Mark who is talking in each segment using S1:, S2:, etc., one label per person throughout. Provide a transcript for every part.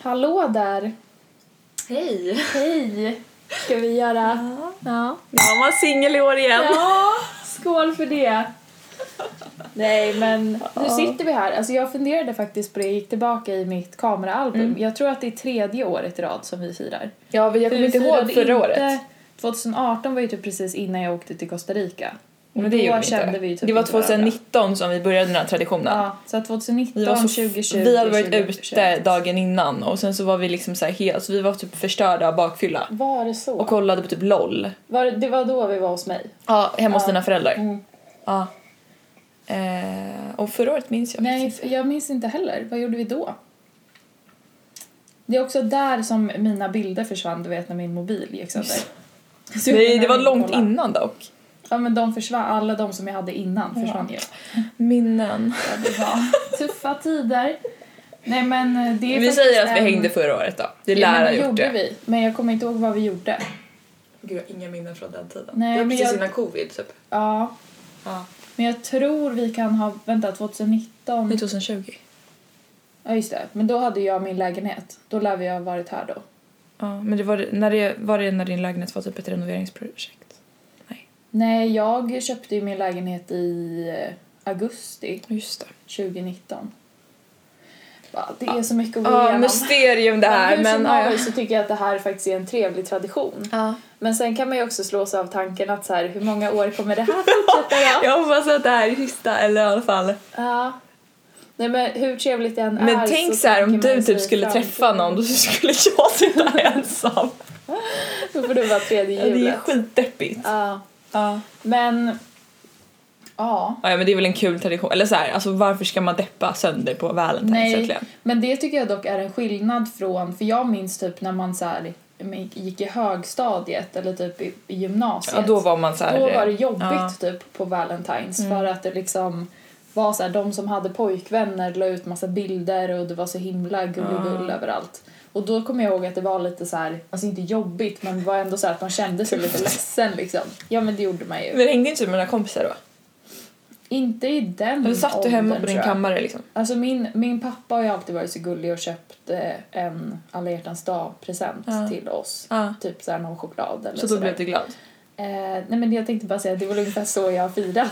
S1: Hallå där!
S2: Hej!
S1: Hej! Ska vi göra... Ja.
S2: Nu var man singel i år igen.
S1: Ja, skål för det! Nej, men nu sitter vi här. Alltså jag funderade faktiskt på det, jag gick tillbaka i mitt kameraalbum. Jag tror att det är tredje året i rad som vi firar.
S3: Ja, men Mm. jag
S1: För vi
S3: kommer inte
S1: firade
S3: ihåg förra
S1: inte-
S3: året.
S1: 2018 var ju typ precis innan jag åkte till Costa Rica. Och
S3: Men det
S1: då
S3: gjorde vi
S1: kände
S3: inte.
S1: vi ju typ
S3: det var
S1: inte varandra.
S3: 2019 som vi började den här traditionen.
S1: Ja, så att 2019,
S3: Vi, var så,
S1: 2020,
S3: vi hade varit
S1: 2021.
S3: ute dagen innan och sen så var vi liksom så här helt, så vi var typ förstörda av bakfylla
S1: Var det så?
S3: och kollade på typ LOL.
S1: Var det, det var då vi var hos mig.
S3: Ja, hemma hos
S1: Ja.
S3: dina föräldrar.
S1: Mm.
S3: Ja. Eh, och förra året minns jag
S1: Nej,
S3: faktiskt.
S1: jag minns inte heller. Vad gjorde vi då? Det är också där som mina bilder försvann, du vet när min mobil gick sönder. Så jag
S3: Nej,
S1: kunde
S3: det var
S1: inte
S3: långt
S1: kolla.
S3: innan dock.
S1: Ja men de försvann, alla de som jag hade innan försvann ju.
S3: Minnen.
S1: Ja, det var tuffa tider. Nej men eh, det är
S3: Vi
S1: faktiskt
S3: säger att vi
S1: en-
S3: hängde förra året då. Det
S1: Ja, men
S3: lär ha
S1: det
S3: gjort
S1: gjorde
S3: det.
S1: vi, men jag kommer inte ihåg vad vi gjorde.
S3: Gud, jag har inga minnen från den tiden.
S1: Nej,
S3: det
S1: men
S3: var precis
S1: jag-
S3: innan covid typ.
S1: Ja,
S3: Ja.
S1: men jag tror vi kan ha, vänta 2019.
S3: Mm. 2020.
S1: Ja just det, men då hade jag min lägenhet. Då lär vi ha varit här då.
S3: Ja, men det var, när det, var det när din lägenhet var typ ett renoveringsprojekt? Nej.
S1: Nej, jag köpte ju min lägenhet i eh, augusti
S3: Just det.
S1: 2019. Va, Det är så mycket att gå
S3: Ja,
S1: igenom.
S3: mysterium det här.
S1: Oh, hur
S3: Men,
S1: som
S3: ja,
S1: helst så tycker jag att det här faktiskt är en trevlig tradition.
S3: ja.
S1: Men sen kan man ju också slås av tanken att så här, hur många år kommer det här fortsätta då?
S3: Jag hoppas att det här är sista, eller i alla fall.
S1: Ja. Nej men hur trevligt det än är
S3: Men tänk så här om
S1: tänker man
S3: du
S1: sig
S3: typ skulle
S1: framtiden.
S3: träffa någon då skulle jag sitta ensam.
S1: Då får du vara tredje
S3: Ja, Det är
S1: hjulet.
S3: skitdeppigt.
S1: Ja.
S3: Ja.
S1: Men... Ja.
S3: Ja, men det är väl en kul tradition. Eller så här, alltså varför ska man deppa sönder på Valentine's
S1: Nej.
S3: egentligen?
S1: Men det tycker jag dock är en skillnad från, för jag minns typ när man så här, gick i högstadiet eller typ i, i gymnasiet.
S3: Ja, då var man så här.
S1: Då
S3: eh,
S1: var det jobbigt
S3: ja. Mm.
S1: typ på Valentine's för att det liksom var så här, de som hade pojkvänner la ut massa bilder och det var så himla gulligull överallt. Och då kommer jag ihåg att det var lite så här, alltså inte jobbigt men det var ändå så här att man kände sig lite ledsen liksom. Ja men det gjorde man ju.
S3: Men hängde inte du med dina typ kompisar då?
S1: Inte i den
S3: Eller satt du hemma
S1: Mm, åldern, tror
S3: på din
S1: jag.
S3: kammare liksom?
S1: Alltså min, min pappa har ju alltid varit så gullig och köpt eh, en alla hjärtans dag-present
S3: Ja.
S1: till oss.
S3: Ja.
S1: Typ såhär någon choklad eller
S3: Så
S1: sådär.
S3: då blev du glad?
S1: Eh, nej men jag tänkte bara säga att det var ungefär så jag har firat.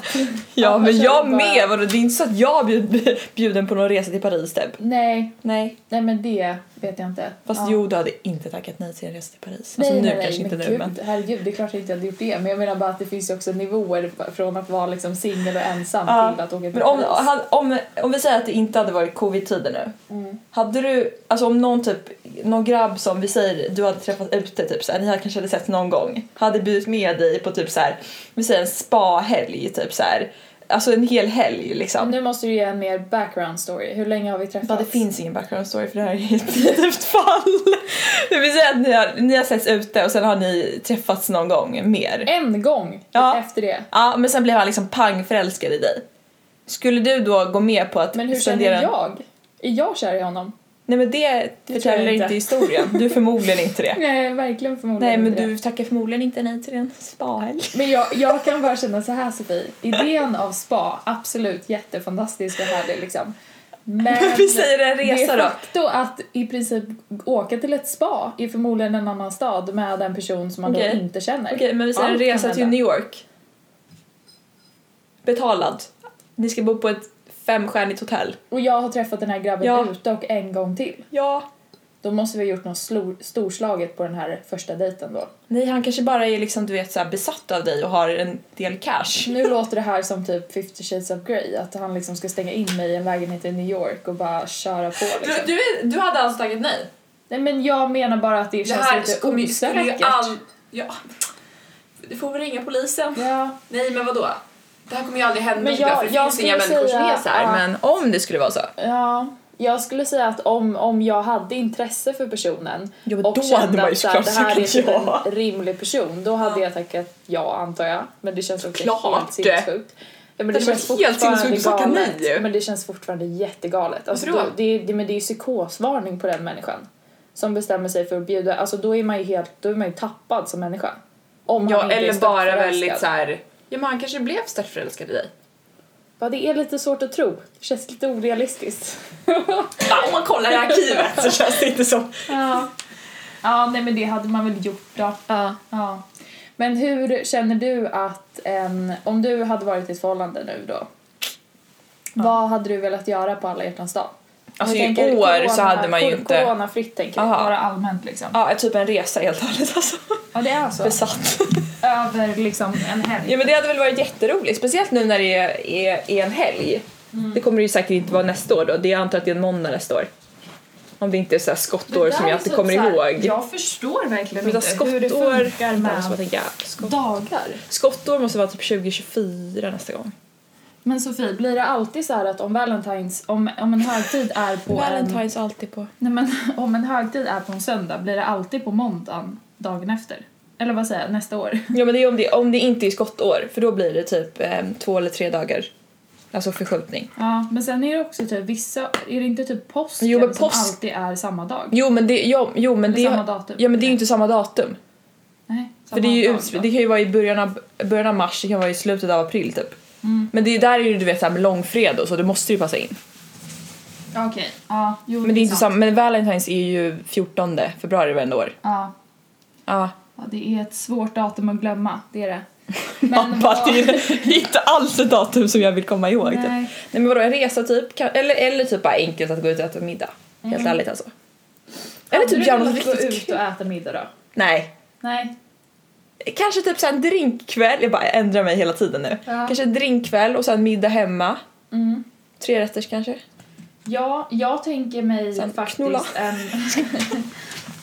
S3: Ja,
S1: Annars
S3: men
S1: är
S3: jag
S1: det bara-
S3: med! Vadå, det är inte så att jag bjud, bjuden på någon resa till Paris typ.
S1: Nej,
S3: Nej.
S1: nej men det vet jag inte.
S3: Fast
S1: Ja.
S3: jo, du hade inte tackat nej till en resa till Paris.
S1: Nej,
S3: alltså nu
S1: nej, nej,
S3: kanske inte
S1: men
S3: nu
S1: gud,
S3: men.
S1: Herregud, det är klart att jag inte hade gjort det. Men jag menar bara att det finns ju också nivåer från att vara liksom singel och ensam
S3: Ja,
S1: till att åka till
S3: Men om,
S1: Paris.
S3: han- om, om vi säger att det inte hade varit covid-tider nu.
S1: Mm.
S3: Hade du, alltså om någon typ, någon grabb som vi säger du hade träffat ute typ såhär, ni hade kanske hade sett någon gång. Hade bjudit med dig på typ såhär, vi säger en spahelg typ såhär. Alltså en hel helg liksom.
S1: Men Nu måste du ge en mer background story. Hur länge har vi träffats?
S3: Ja, det finns ingen background story för det här är ett fiktivt fall. Det vill säga att ni har, ni har setts ute och sen har ni träffats någon gång mer.
S1: En gång
S3: Ja.
S1: efter det.
S3: Ja, men sen blev han liksom pangförälskad i dig. Skulle du då gå med på att
S1: Men hur känner
S3: spendera-
S1: jag? Är jag kär i honom?
S3: Nej men det,
S1: jag
S3: förtäller
S1: inte.
S3: inte historien. Du är förmodligen inte det.
S1: Nej, verkligen förmodligen
S3: Nej men
S1: inte det.
S3: du tackar förmodligen inte nej till en spahelg.
S1: Men jag, jag kan bara känna så här Sofie, idén av spa, absolut jättefantastisk och härlig liksom. Men
S3: Vi säger en resa
S1: det är
S3: då.
S1: faktum att i princip åka till ett spa i förmodligen en annan stad med en person som man då
S3: Okej.
S1: inte känner.
S3: Okej men vi säger en
S1: Allt kan
S3: resa till
S1: hända.
S3: New York. Betalad. Ni ska bo på ett femstjärnigt hotell.
S1: Och jag har träffat den här grabben
S3: Ja.
S1: ute och en gång till.
S3: Ja.
S1: Då måste vi ha gjort något slor, storslaget på den här första dejten då.
S3: Nej han kanske bara är liksom du vet så här besatt av dig och har en del cash.
S1: Nu låter det här som typ 50 shades of Grey, att han liksom ska stänga in mig i en lägenhet i New York och bara köra på liksom.
S3: du, du hade alltså tagit nej?
S1: Nej men jag menar bara att det, känns lite
S3: kommer ju- skulle ju
S1: osäkert.
S3: all- Ja. Du får väl ringa polisen.
S1: Ja,
S3: Nej men vadå? Det här kommer ju aldrig hända
S1: Men
S3: Ida,
S1: jag-
S3: för det
S1: jag
S3: finns inga
S1: skulle
S3: människor som
S1: säga
S3: är så här.
S1: att-
S3: Men om det skulle vara så.
S1: ja. Jag skulle säga att om, om jag hade intresse för personen
S3: Ja, men
S1: och
S3: då hade
S1: kände
S3: man ju
S1: att så här,
S3: såklart
S1: det här är
S3: sagt
S1: typ
S3: ja.
S1: en rimlig person, då hade jag tackat ja antar jag. Men det känns också
S3: Klart.
S1: helt sinnessjukt. Ja, men
S3: Det hade varit helt sinnessjukt att tacka
S1: galet.
S3: nej ju.
S1: Men det känns fortfarande jättegalet. Alltså,
S3: Varför då?
S1: då, det, är- det, men det är ju psykosvarning på den människan. Som bestämmer sig för att bjuda, alltså då är man ju helt, då är man ju tappad som människa. Om han
S3: Ja,
S1: inte är
S3: eller bara
S1: störtförälskad.
S3: väldigt så här. Ja men han kanske blev stört förälskad i dig.
S1: Bara, det är lite svårt att tro. Det känns lite orealistiskt.
S2: Ja, om man kollar i arkivet så känns det inte så.
S1: ja. ja, nej men det hade man väl gjort då.
S2: Ja.
S1: Ja. Men hur känner du att en, om du hade varit i ett förhållande nu då? Vad hade du velat göra på alla hjärtans dag?
S3: Alltså
S1: Jag
S3: i
S1: tänker
S3: år så hade man ju
S1: cor-
S3: inte...
S1: Coronafritt tänker jag,
S3: Aha.
S1: bara allmänt liksom.
S3: Ja, typ en resa helt och hållet alltså.
S1: Ja det är så.
S3: Besatt.
S1: Över liksom en helg.
S3: Ja men det hade väl varit jätteroligt, speciellt nu när det är, är, är en helg.
S1: Mm.
S3: Det kommer det ju säkert inte vara nästa år då, det jag antar att det är en måndag nästa år. Om det inte är så här skottår som jag alltid kommer ihåg.
S1: typ Jag förstår verkligen
S3: Utan
S1: inte hur det funkar
S3: Vänta, jag måste bara
S1: med
S3: tänka. Skott,
S1: dagar.
S3: skottår måste vara typ 2024 nästa gång.
S1: Men Sofie, blir det alltid så här att om Valentine's, om, om en högtid är på en...
S3: Valentine's alltid på.
S1: Nej men om en högtid är på en söndag, blir det alltid på måndagen dagen efter? Eller vad säger jag, nästa år?
S3: Ja men det är om det, om det inte är skottår för då blir det typ eh, två eller tre dagar. Alltså förskjutning.
S1: Ja, men sen är det också typ vissa, är det inte typ påsken
S3: Jo, men påsk-
S1: som alltid är samma dag?
S3: Jo men det, jo, jo, men
S1: Eller
S3: det,
S1: samma datum?
S3: ja, men det är ju inte samma datum.
S1: Nej, samma
S3: För det, är ju
S1: dag
S3: ut,
S1: då.
S3: det kan ju vara i början av, början av mars, det kan vara i slutet av april typ.
S1: Mm.
S3: Men det är där är ju du vet såhär med långfredag och så, det måste ju passa in.
S1: Ja, Okej, ja, jo
S3: Men det är inte
S1: sant.
S3: samma, men Valentine's är ju 14 februari varenda år.
S1: Ja.
S3: Ja.
S1: ja, det är ett svårt datum att glömma, det är det.
S3: Pappa,
S1: vad-
S3: det är inte alls ett datum som jag vill komma ihåg typ. Nej
S1: Nej.
S3: men vadå en resa typ, kan, eller, eller typ bara enkelt att gå ut och äta middag. Helt ärligt alltså. Eller
S1: Hade
S3: typ
S1: du
S3: göra något
S1: velat gå
S3: riktigt
S1: Mm. ut
S3: kul.
S1: och äta middag då?
S3: Nej.
S1: Nej.
S3: Kanske typ så här en drinkkväll, jag bara ändrar mig hela tiden nu.
S1: Ja.
S3: Kanske en drinkkväll och sen middag hemma.
S1: Mm.
S3: Tre rätters kanske.
S1: Ja, jag tänker mig
S3: Sen
S1: faktiskt
S3: knulla.
S1: en...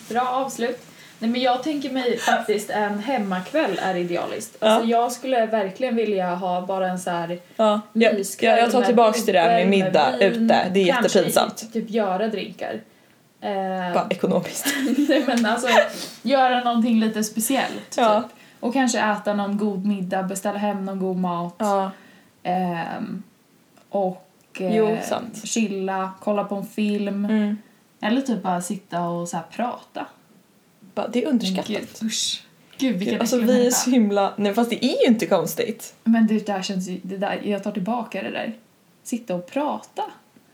S1: Bra avslut. Nej, men jag tänker mig faktiskt en hemmakväll är idealiskt.
S3: Ja.
S1: Alltså, jag skulle verkligen vilja ha bara en så här
S3: Ja, jag,
S1: myskväll
S3: jag, jag tar
S1: med
S3: tillbaks det där med
S1: bubbel,
S3: middag
S1: vin,
S3: ute, det är
S1: kanske
S3: jättepinsamt.
S1: i- typ göra drinkar. Eh,
S3: Bara ekonomiskt.
S1: nej, men alltså, göra någonting lite speciellt.
S3: Ja.
S1: Typ. Och kanske äta någon god middag, beställa hem någon god mat.
S3: Ja.
S1: Ehm, och eh,
S3: Jo, sant.
S1: chilla, kolla på en film.
S3: Mm.
S1: Eller typ bara sitta och så här prata.
S3: Bara, det är
S1: Men
S3: underskattat.
S1: Gud, usch. Gud vilken
S3: Alltså
S1: äcklig
S3: vi är
S1: människa.
S3: så himla... Nej fast det är ju inte konstigt.
S1: Men det där känns ju, det där, jag tar tillbaka det där. Sitta och prata.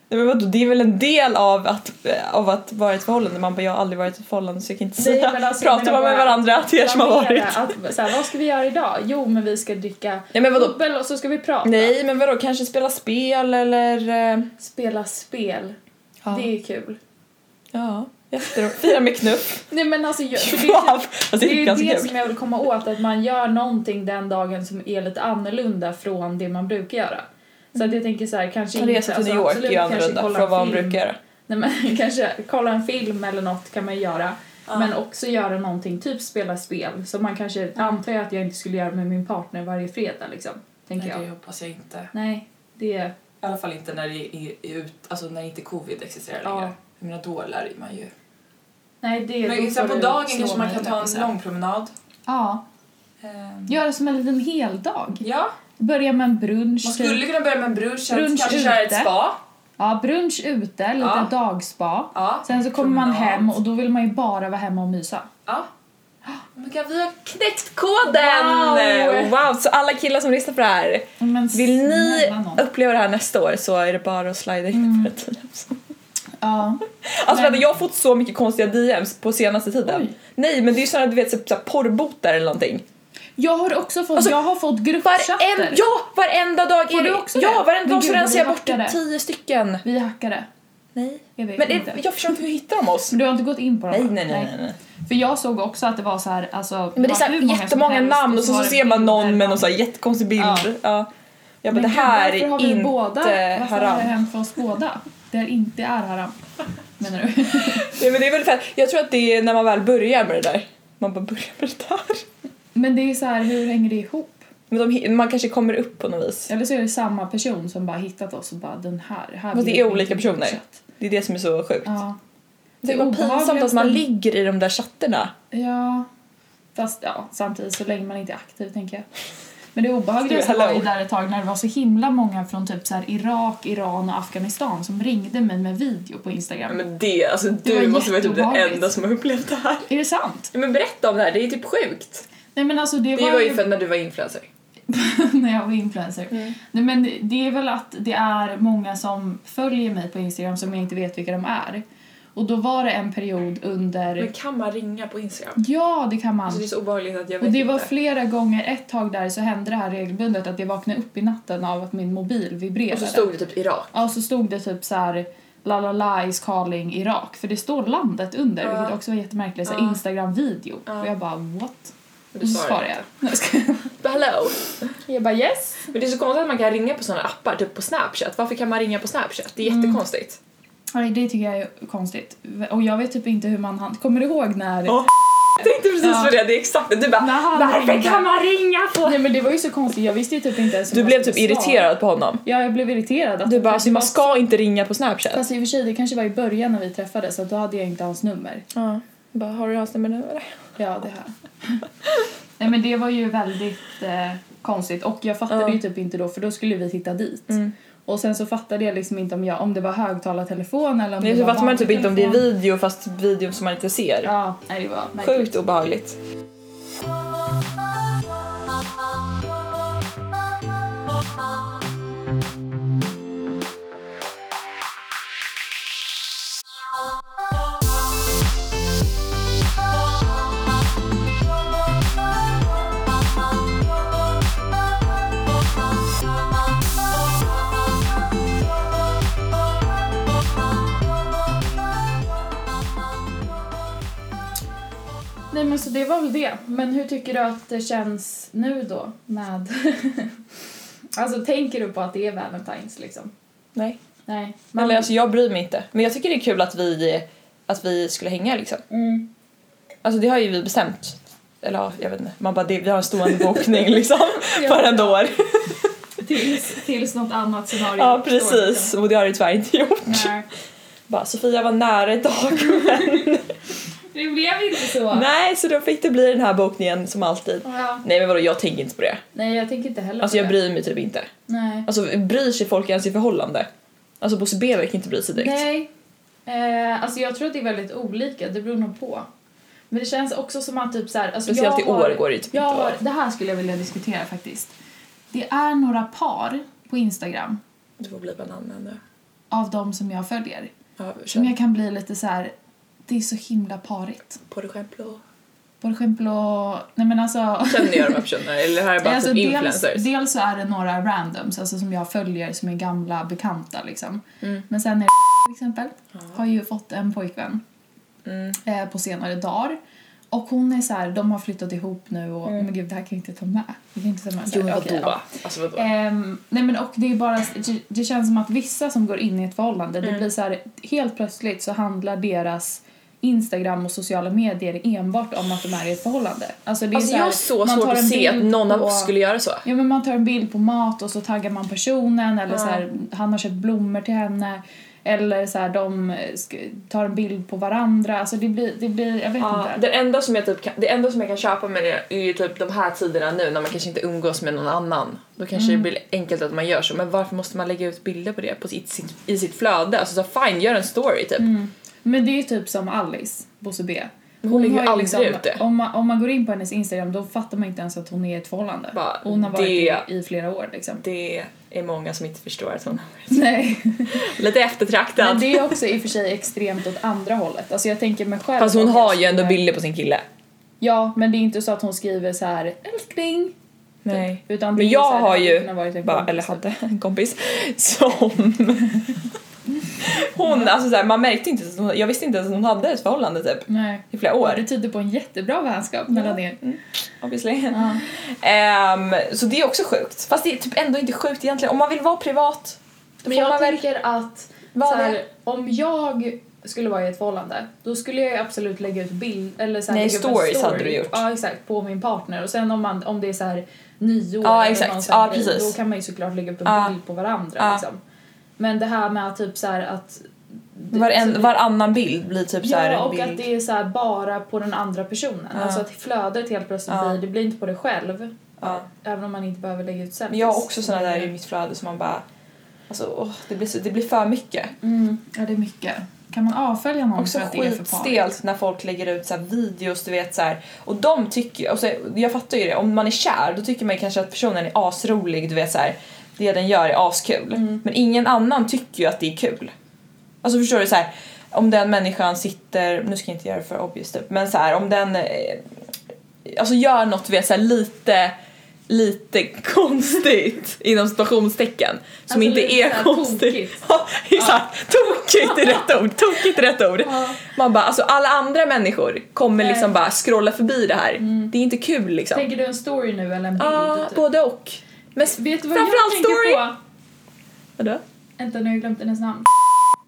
S3: Nej, men vadå, det är väl en del av att, eh, av att vara i ett förhållande. Man bara, jag har aldrig varit i ett förhållande så jag kan inte säga.
S1: men alltså, jag
S3: Pratar
S1: menar
S3: man med
S1: bara
S3: varandra till er som har
S1: planera
S3: varit?
S1: Att, så här, vad ska vi göra idag? Jo men vi ska dricka
S3: Nej men vadå?
S1: bubbel och så ska vi prata.
S3: Nej men vadå, kanske spela spel eller... eh,
S1: Spela spel.
S3: Ja,
S1: Det är kul.
S3: ja jätteroligt. Fira med knuff.
S1: Nej men alltså jag, för det,
S3: Wow! Alltså,
S1: det är ju
S3: ganska
S1: det
S3: kul.
S1: som jag vill komma åt. Att man gör någonting den dagen som är lite annorlunda från det man brukar göra. Så att jag tänker så här, kanske
S3: En resa till
S1: alltså,
S3: New York är
S1: absolut,
S3: ju
S1: kanske
S3: annorlunda
S1: kolla
S3: från vad man
S1: film.
S3: brukar göra.
S1: Nej, men, kanske kolla en film eller något kan man ju göra. Men också göra någonting, typ spela spel. Som man kanske antar jag att jag inte skulle göra med min partner varje fredag liksom. Tänker
S4: Nej, det
S1: jag.
S4: hoppas jag inte.
S1: Nej, det...
S4: I alla fall inte när, det är, är ut, alltså när inte covid existerar
S1: Ja.
S4: längre. Jag menar, då lär man ju.
S1: Nej, det... då
S4: Men sen
S1: får
S4: på
S1: du
S4: dagen
S1: slå
S4: kanske man
S1: mig,
S4: kan ta
S1: höll jag
S4: en
S1: på att
S4: lång promenad.
S1: Ja,
S4: Ehm,
S1: göra som en liten heldag.
S4: Ja,
S1: Börja med en brunch.
S4: man
S1: typ.
S4: skulle kunna börja med en brunch, sen
S1: Brunch
S4: kanske köra ett
S1: ute.
S4: spa.
S1: Ja, brunch ute, lite
S4: Ja.
S1: dagspa.
S4: Ja.
S1: Sen så kommer man
S4: Promenad.
S1: hem och då vill man ju bara vara hemma och mysa.
S4: Ja. Oh my God, vi har knäckt
S1: Wow!
S3: koden! Wow. så alla killar som lyssnar på det här.
S1: Men
S3: Vill ni
S1: snälla nån.
S3: uppleva det här nästa år så är det bara att slida in
S1: Mm.
S3: på ett DMs.
S1: Ja.
S3: Alltså
S1: Men-
S3: men... jag har fått så mycket konstiga DMs på senaste tiden.
S1: Oj.
S3: Nej men det är ju sådana du vet så- så här porrbotar eller någonting.
S1: Jag har också fått,
S3: Alltså,
S1: jag har fått gruppchatter.
S3: Varen, ja varenda dag
S1: Får
S3: är
S1: du
S3: det.
S1: också
S3: ja
S1: det?
S3: varenda
S1: Men
S3: dag så
S1: gud,
S3: rensar jag
S1: vi
S3: bort typ
S1: hackade.
S3: tio stycken.
S1: Vi hackade.
S3: Nej.
S1: Jag vet
S3: Men
S1: inte.
S3: är, jag förstår inte hur hittar de oss?
S1: Men du har inte gått in på dem?
S3: Nej
S1: va?
S3: nej nej nej. nej.
S1: För jag såg också att det var så här, alltså...
S3: Men det är såhär jättemånga namn och så, så ser man någon med någon sån här jättekonstig bild.
S1: Ja.
S3: Ja. Jag bara det här
S1: gud, varför har
S3: är
S1: vi
S3: inte
S1: båda? Varför har
S3: haram.
S1: det hänt för oss båda? Det är inte är haram. Menar du?
S3: Ja, men det är väl för att, jag tror att det är när man väl börjar med det där. Man bara börjar med det där.
S1: Men det är så här, hur hänger det ihop?
S3: Men de, man kanske kommer upp på något vis.
S1: Eller så är det samma person som bara hittat oss och bara den här. här
S3: Fast det
S1: blev
S3: är
S1: vi
S3: olika
S1: inte
S3: personer.
S1: godkänt.
S3: Det är det som är så sjukt.
S1: Ja.
S3: Det är bara pinsamt att man ligger i de där chatterna.
S1: Ja. Fast ja, samtidigt så länge man inte är aktiv tänker jag. Men det
S3: Du,
S1: obehagligaste var ju
S3: hello.
S1: där ett tag när det var så himla många från typ så här Irak, Iran och Afghanistan som ringde mig med video på Instagram.
S3: men det, alltså
S1: Det var
S4: typ
S1: jätteobehagligt.
S3: som har upplevt det här.
S1: Är det sant?
S3: Ja, men berätta om det här, det är typ sjukt.
S1: Nej men alltså det,
S4: Det
S1: var,
S4: var ju
S1: ju...
S4: för när du var influencer.
S1: när jag var influencer.
S3: Mm.
S1: Nej, men det är väl att det är många som följer mig på Instagram som jag inte vet vilka de är. Och då var det en period under...
S4: Men kan man ringa på Instagram?
S1: Ja, det kan man.
S4: Alltså det är så obehagligt att jag vet
S1: Och det var
S4: inte.
S1: flera gånger, ett tag där så hände det här regelbundet att jag vaknade upp i natten av att min mobil vibrerade.
S4: Och så stod det typ Irak.
S1: Ja, och så stod det typ så här la la la is calling Irak för det står landet under
S4: Ja.
S1: vilket också var jättemärkligt, så
S4: Ja.
S1: här Instagram-video.
S4: Ja.
S1: Och jag bara what?
S4: Men
S1: Och
S4: Du
S1: så svarade
S4: svarade
S1: jag. Nej, jag skojar.
S4: inte. Hello!
S5: Jag bara yes.
S4: Men det är så konstigt att man kan ringa på sådana appar, typ på Snapchat. Varför kan man ringa på Snapchat? Det är
S1: Mm.
S4: jättekonstigt.
S1: Nej, det tycker jag är konstigt. Och jag vet typ inte hur man hann... Kommer du ihåg när...
S4: Ja. Jag tänkte precis
S1: Ja.
S4: på det, det är exakt det. Du bara
S1: när han
S4: Varför
S1: ringde?
S4: kan man ringa på...
S5: Nej men det var ju så konstigt, jag visste ju typ inte ens hur
S3: Du
S5: man
S3: blev typ
S5: skulle svara.
S3: irriterad på honom.
S5: Ja, jag blev irriterad. Att
S3: Du bara, alltså,
S5: det
S3: man
S5: var-
S3: ska inte ringa på Snapchat.
S5: Fast i och för sig, det kanske var i början när vi träffades, så att då hade jag inte hans nummer.
S3: Ja. Bara, har du hans nummer nu eller?
S5: Ja, det här.
S1: Nej men det var ju väldigt eh, konstigt och jag fattade
S3: Ja.
S1: ju typ inte då för då skulle vi hitta dit.
S3: Mm.
S1: Och sen så fattade jag liksom inte om, jag, om det var högtalartelefon eller om
S3: Nej,
S1: det
S3: så
S1: var
S3: fattar man
S1: vanlig
S3: typ inte om det är
S1: telefon.
S3: video fast videon som man inte ser.
S1: Ja, nej det var märkligt.
S3: Sjukt obehagligt.
S5: Nej men så det var väl det. Men hur tycker du att det känns nu då med... alltså tänker du på att det är Valentine's liksom?
S3: Nej.
S5: Nej. Man...
S3: Eller, alltså, jag bryr mig inte. Men jag tycker det är kul att vi, att vi skulle hänga liksom.
S5: Mm.
S3: Alltså det har ju vi bestämt. Eller ja, jag vet inte. Man bara, det, vi har en stående bokning liksom.
S5: Ja.
S3: Varenda år.
S1: Tills, tills något annat scenario
S3: Ja
S1: uppstår,
S3: precis.
S1: liksom.
S3: Och det har det tyvärr inte gjort.
S5: liksom.
S1: Nej.
S3: Bara, Sofia var nära ett tag.
S5: Det blev inte så.
S3: Nej, så då fick det bli den här bokningen som alltid.
S5: Ja.
S3: Nej men vadå, jag tänker inte på det.
S5: Nej jag tänker inte heller
S3: Alltså
S5: på
S3: jag
S5: det.
S3: bryr mig typ inte.
S5: Nej.
S3: Alltså bryr sig folk ens i förhållande? Alltså Bosse B verkar inte bry sig direkt.
S5: Nej. Eh, alltså jag tror att det är väldigt olika, det beror nog på. Men det känns också som att typ så här, alltså
S3: Speciellt i
S5: jag har,
S3: år går det ju typ
S5: jag
S3: inte
S5: har,
S3: att-
S1: Det här skulle jag vilja diskutera faktiskt. Det är några par på Instagram
S4: Du får bli bananen nu.
S1: av de som jag följer
S4: Ja,
S1: som
S4: kör
S1: jag kan bli lite så här. det är så himla parigt.
S4: på dig själv blå.
S1: Por ejemplo, nej men alltså
S4: Känner jag de här personerna? Eller här är bara
S1: alltså,
S4: typ
S1: dels,
S4: influencers?
S1: dels så är det några randoms alltså, som jag följer som är gamla bekanta. Liksom.
S4: Mm.
S1: Men sen är det till exempel har ju fått en pojkvän
S4: Mm.
S1: eh, på senare dagar. Och hon är så här, de har flyttat ihop nu och men gud det här kan jag inte ta med. Jag kan inte ta med. Så
S4: Mm. Jo
S1: här,
S4: men
S1: okej,
S4: vadå?
S1: ja.
S4: Alltså vadå?
S1: Ehm, nej men och det är bara, det, det känns som att vissa som går in i ett förhållande,
S4: Mm.
S1: det blir så här, helt plötsligt så handlar deras Instagram och sociala medier enbart om att de är i ett förhållande. Alltså det är
S4: Alltså
S1: så här,
S4: jag har så
S1: man
S4: svårt
S1: tar
S4: att
S1: en
S4: se att
S1: bild
S4: någon av
S1: på-
S4: oss skulle göra så.
S1: Ja, men man tar en bild på mat och så taggar man personen eller så här, han har köpt blommor till henne eller så här, de eh, sk- tar en bild på varandra. Alltså det blir, det blir jag vet
S4: Ja,
S1: inte.
S4: den enda som jag typ kan, det enda som jag kan köpa med det är ju typ de här tiderna nu när man kanske inte umgås med någon annan. Då kanske
S1: Mm.
S4: det blir enkelt att man gör så men varför måste man lägga ut bilder på det på sitt, sitt, i sitt flöde? Alltså så fine, gör en story typ.
S1: Mm. Men det är ju typ som Alice, Bosse B.
S4: Hon lägger ju
S1: har liksom-
S4: aldrig ut det.
S1: Om man, om man går in på hennes Instagram då fattar man inte ens att hon är i ett förhållande.
S4: Bara,
S1: hon har varit
S4: det-
S1: i, i flera år liksom.
S4: Det är många som inte förstår att hon
S1: Nej,
S4: lite eftertraktad.
S1: men det är också i och för sig extremt åt andra hållet. Alltså jag tänker mig själv.
S3: Fast hon
S1: om jag
S3: har ju ändå
S1: skulle-
S3: bilder på sin kille.
S1: Ja, men det är inte så att hon skriver så här älskling.
S3: Nej.
S1: Utan det
S3: Typ. Men
S1: är så
S3: jag
S1: här,
S3: har
S1: det hade
S3: ju,
S1: kunnat varit en
S3: bara,
S1: kompis,
S3: eller
S1: typ.
S3: hade en kompis som... Hon, alltså såhär, man märkte inte, att hon, jag visste inte ens att hon hade ett förhållande typ
S1: Nej.
S3: i flera
S1: Det
S3: år.
S1: tyder på en jättebra vänskap mellan er.
S3: Obviously.
S1: Ja.
S3: Ehm, så det är också sjukt. Fast det är typ ändå inte sjukt egentligen. Om man vill vara privat, då
S5: Men
S3: får man
S5: jag
S3: väl
S5: tänker att så
S3: vara det.
S5: här, om jag skulle vara i ett förhållande då skulle jag ju absolut lägga ut bild eller så här,
S3: Nej,
S5: lägga upp en
S3: stories hade du gjort.
S5: Ja, exakt, på min partner och sen om man om det är så här nyår
S3: Ja,
S5: eller
S3: exakt.
S5: någon sån
S3: Ja,
S5: grej,
S3: precis.
S5: då kan man ju såklart lägga upp en
S3: Ja.
S5: bild på varandra
S3: Ja.
S5: liksom. Men det här med att typ så här att alltså,
S3: Varen, varannan bild blir typ såhär
S5: Ja,
S3: en
S5: och
S3: bild.
S5: att det är så här bara på den andra personen.
S3: Ja.
S5: Alltså att flödet helt plötsligt
S3: Ja.
S5: blir, det blir inte på dig själv.
S3: Ja.
S5: Även om man inte behöver lägga ut selfies.
S3: Men jag har också såna där i mitt flöde som man bara... Alltså, åh, det, blir så, det blir för mycket.
S5: Mm.
S1: Ja, det är mycket.
S6: Kan man avfölja någon
S3: Också
S6: för att det är för par?
S3: skitstelt när folk lägger ut så här videos, du vet så här. Och de tycker ju, och så, jag fattar ju det, om man är kär då tycker man ju kanske att personen är asrolig, du vet så här. Det den gör är askul. Men ingen annan tycker ju att det är kul. Alltså förstår du så här, om den människan sitter, nu ska jag inte göra det för obvious typ, men så här om den eh, alltså gör något du vet så här, lite lite konstigt inom situationstecken som
S1: Alltså
S3: inte
S1: lite
S3: är
S1: så här
S3: konstigt.
S1: tokigt.
S3: Ja, exakt. Tokigt är rätt ord. Tokigt är rätt ord. Man bara, alltså alla andra människor kommer
S1: Nej.
S3: liksom bara scrolla förbi det här.
S1: Mm.
S3: Det är inte kul liksom.
S1: Tänker du en story nu eller en bild?
S3: Ja,
S1: typ?
S3: både och. Men s-
S1: Vet du vad jag
S3: Framförallt
S1: tänker
S3: story.
S1: på?
S3: vadå?
S1: Vänta, nu har jag glömt hennes namn.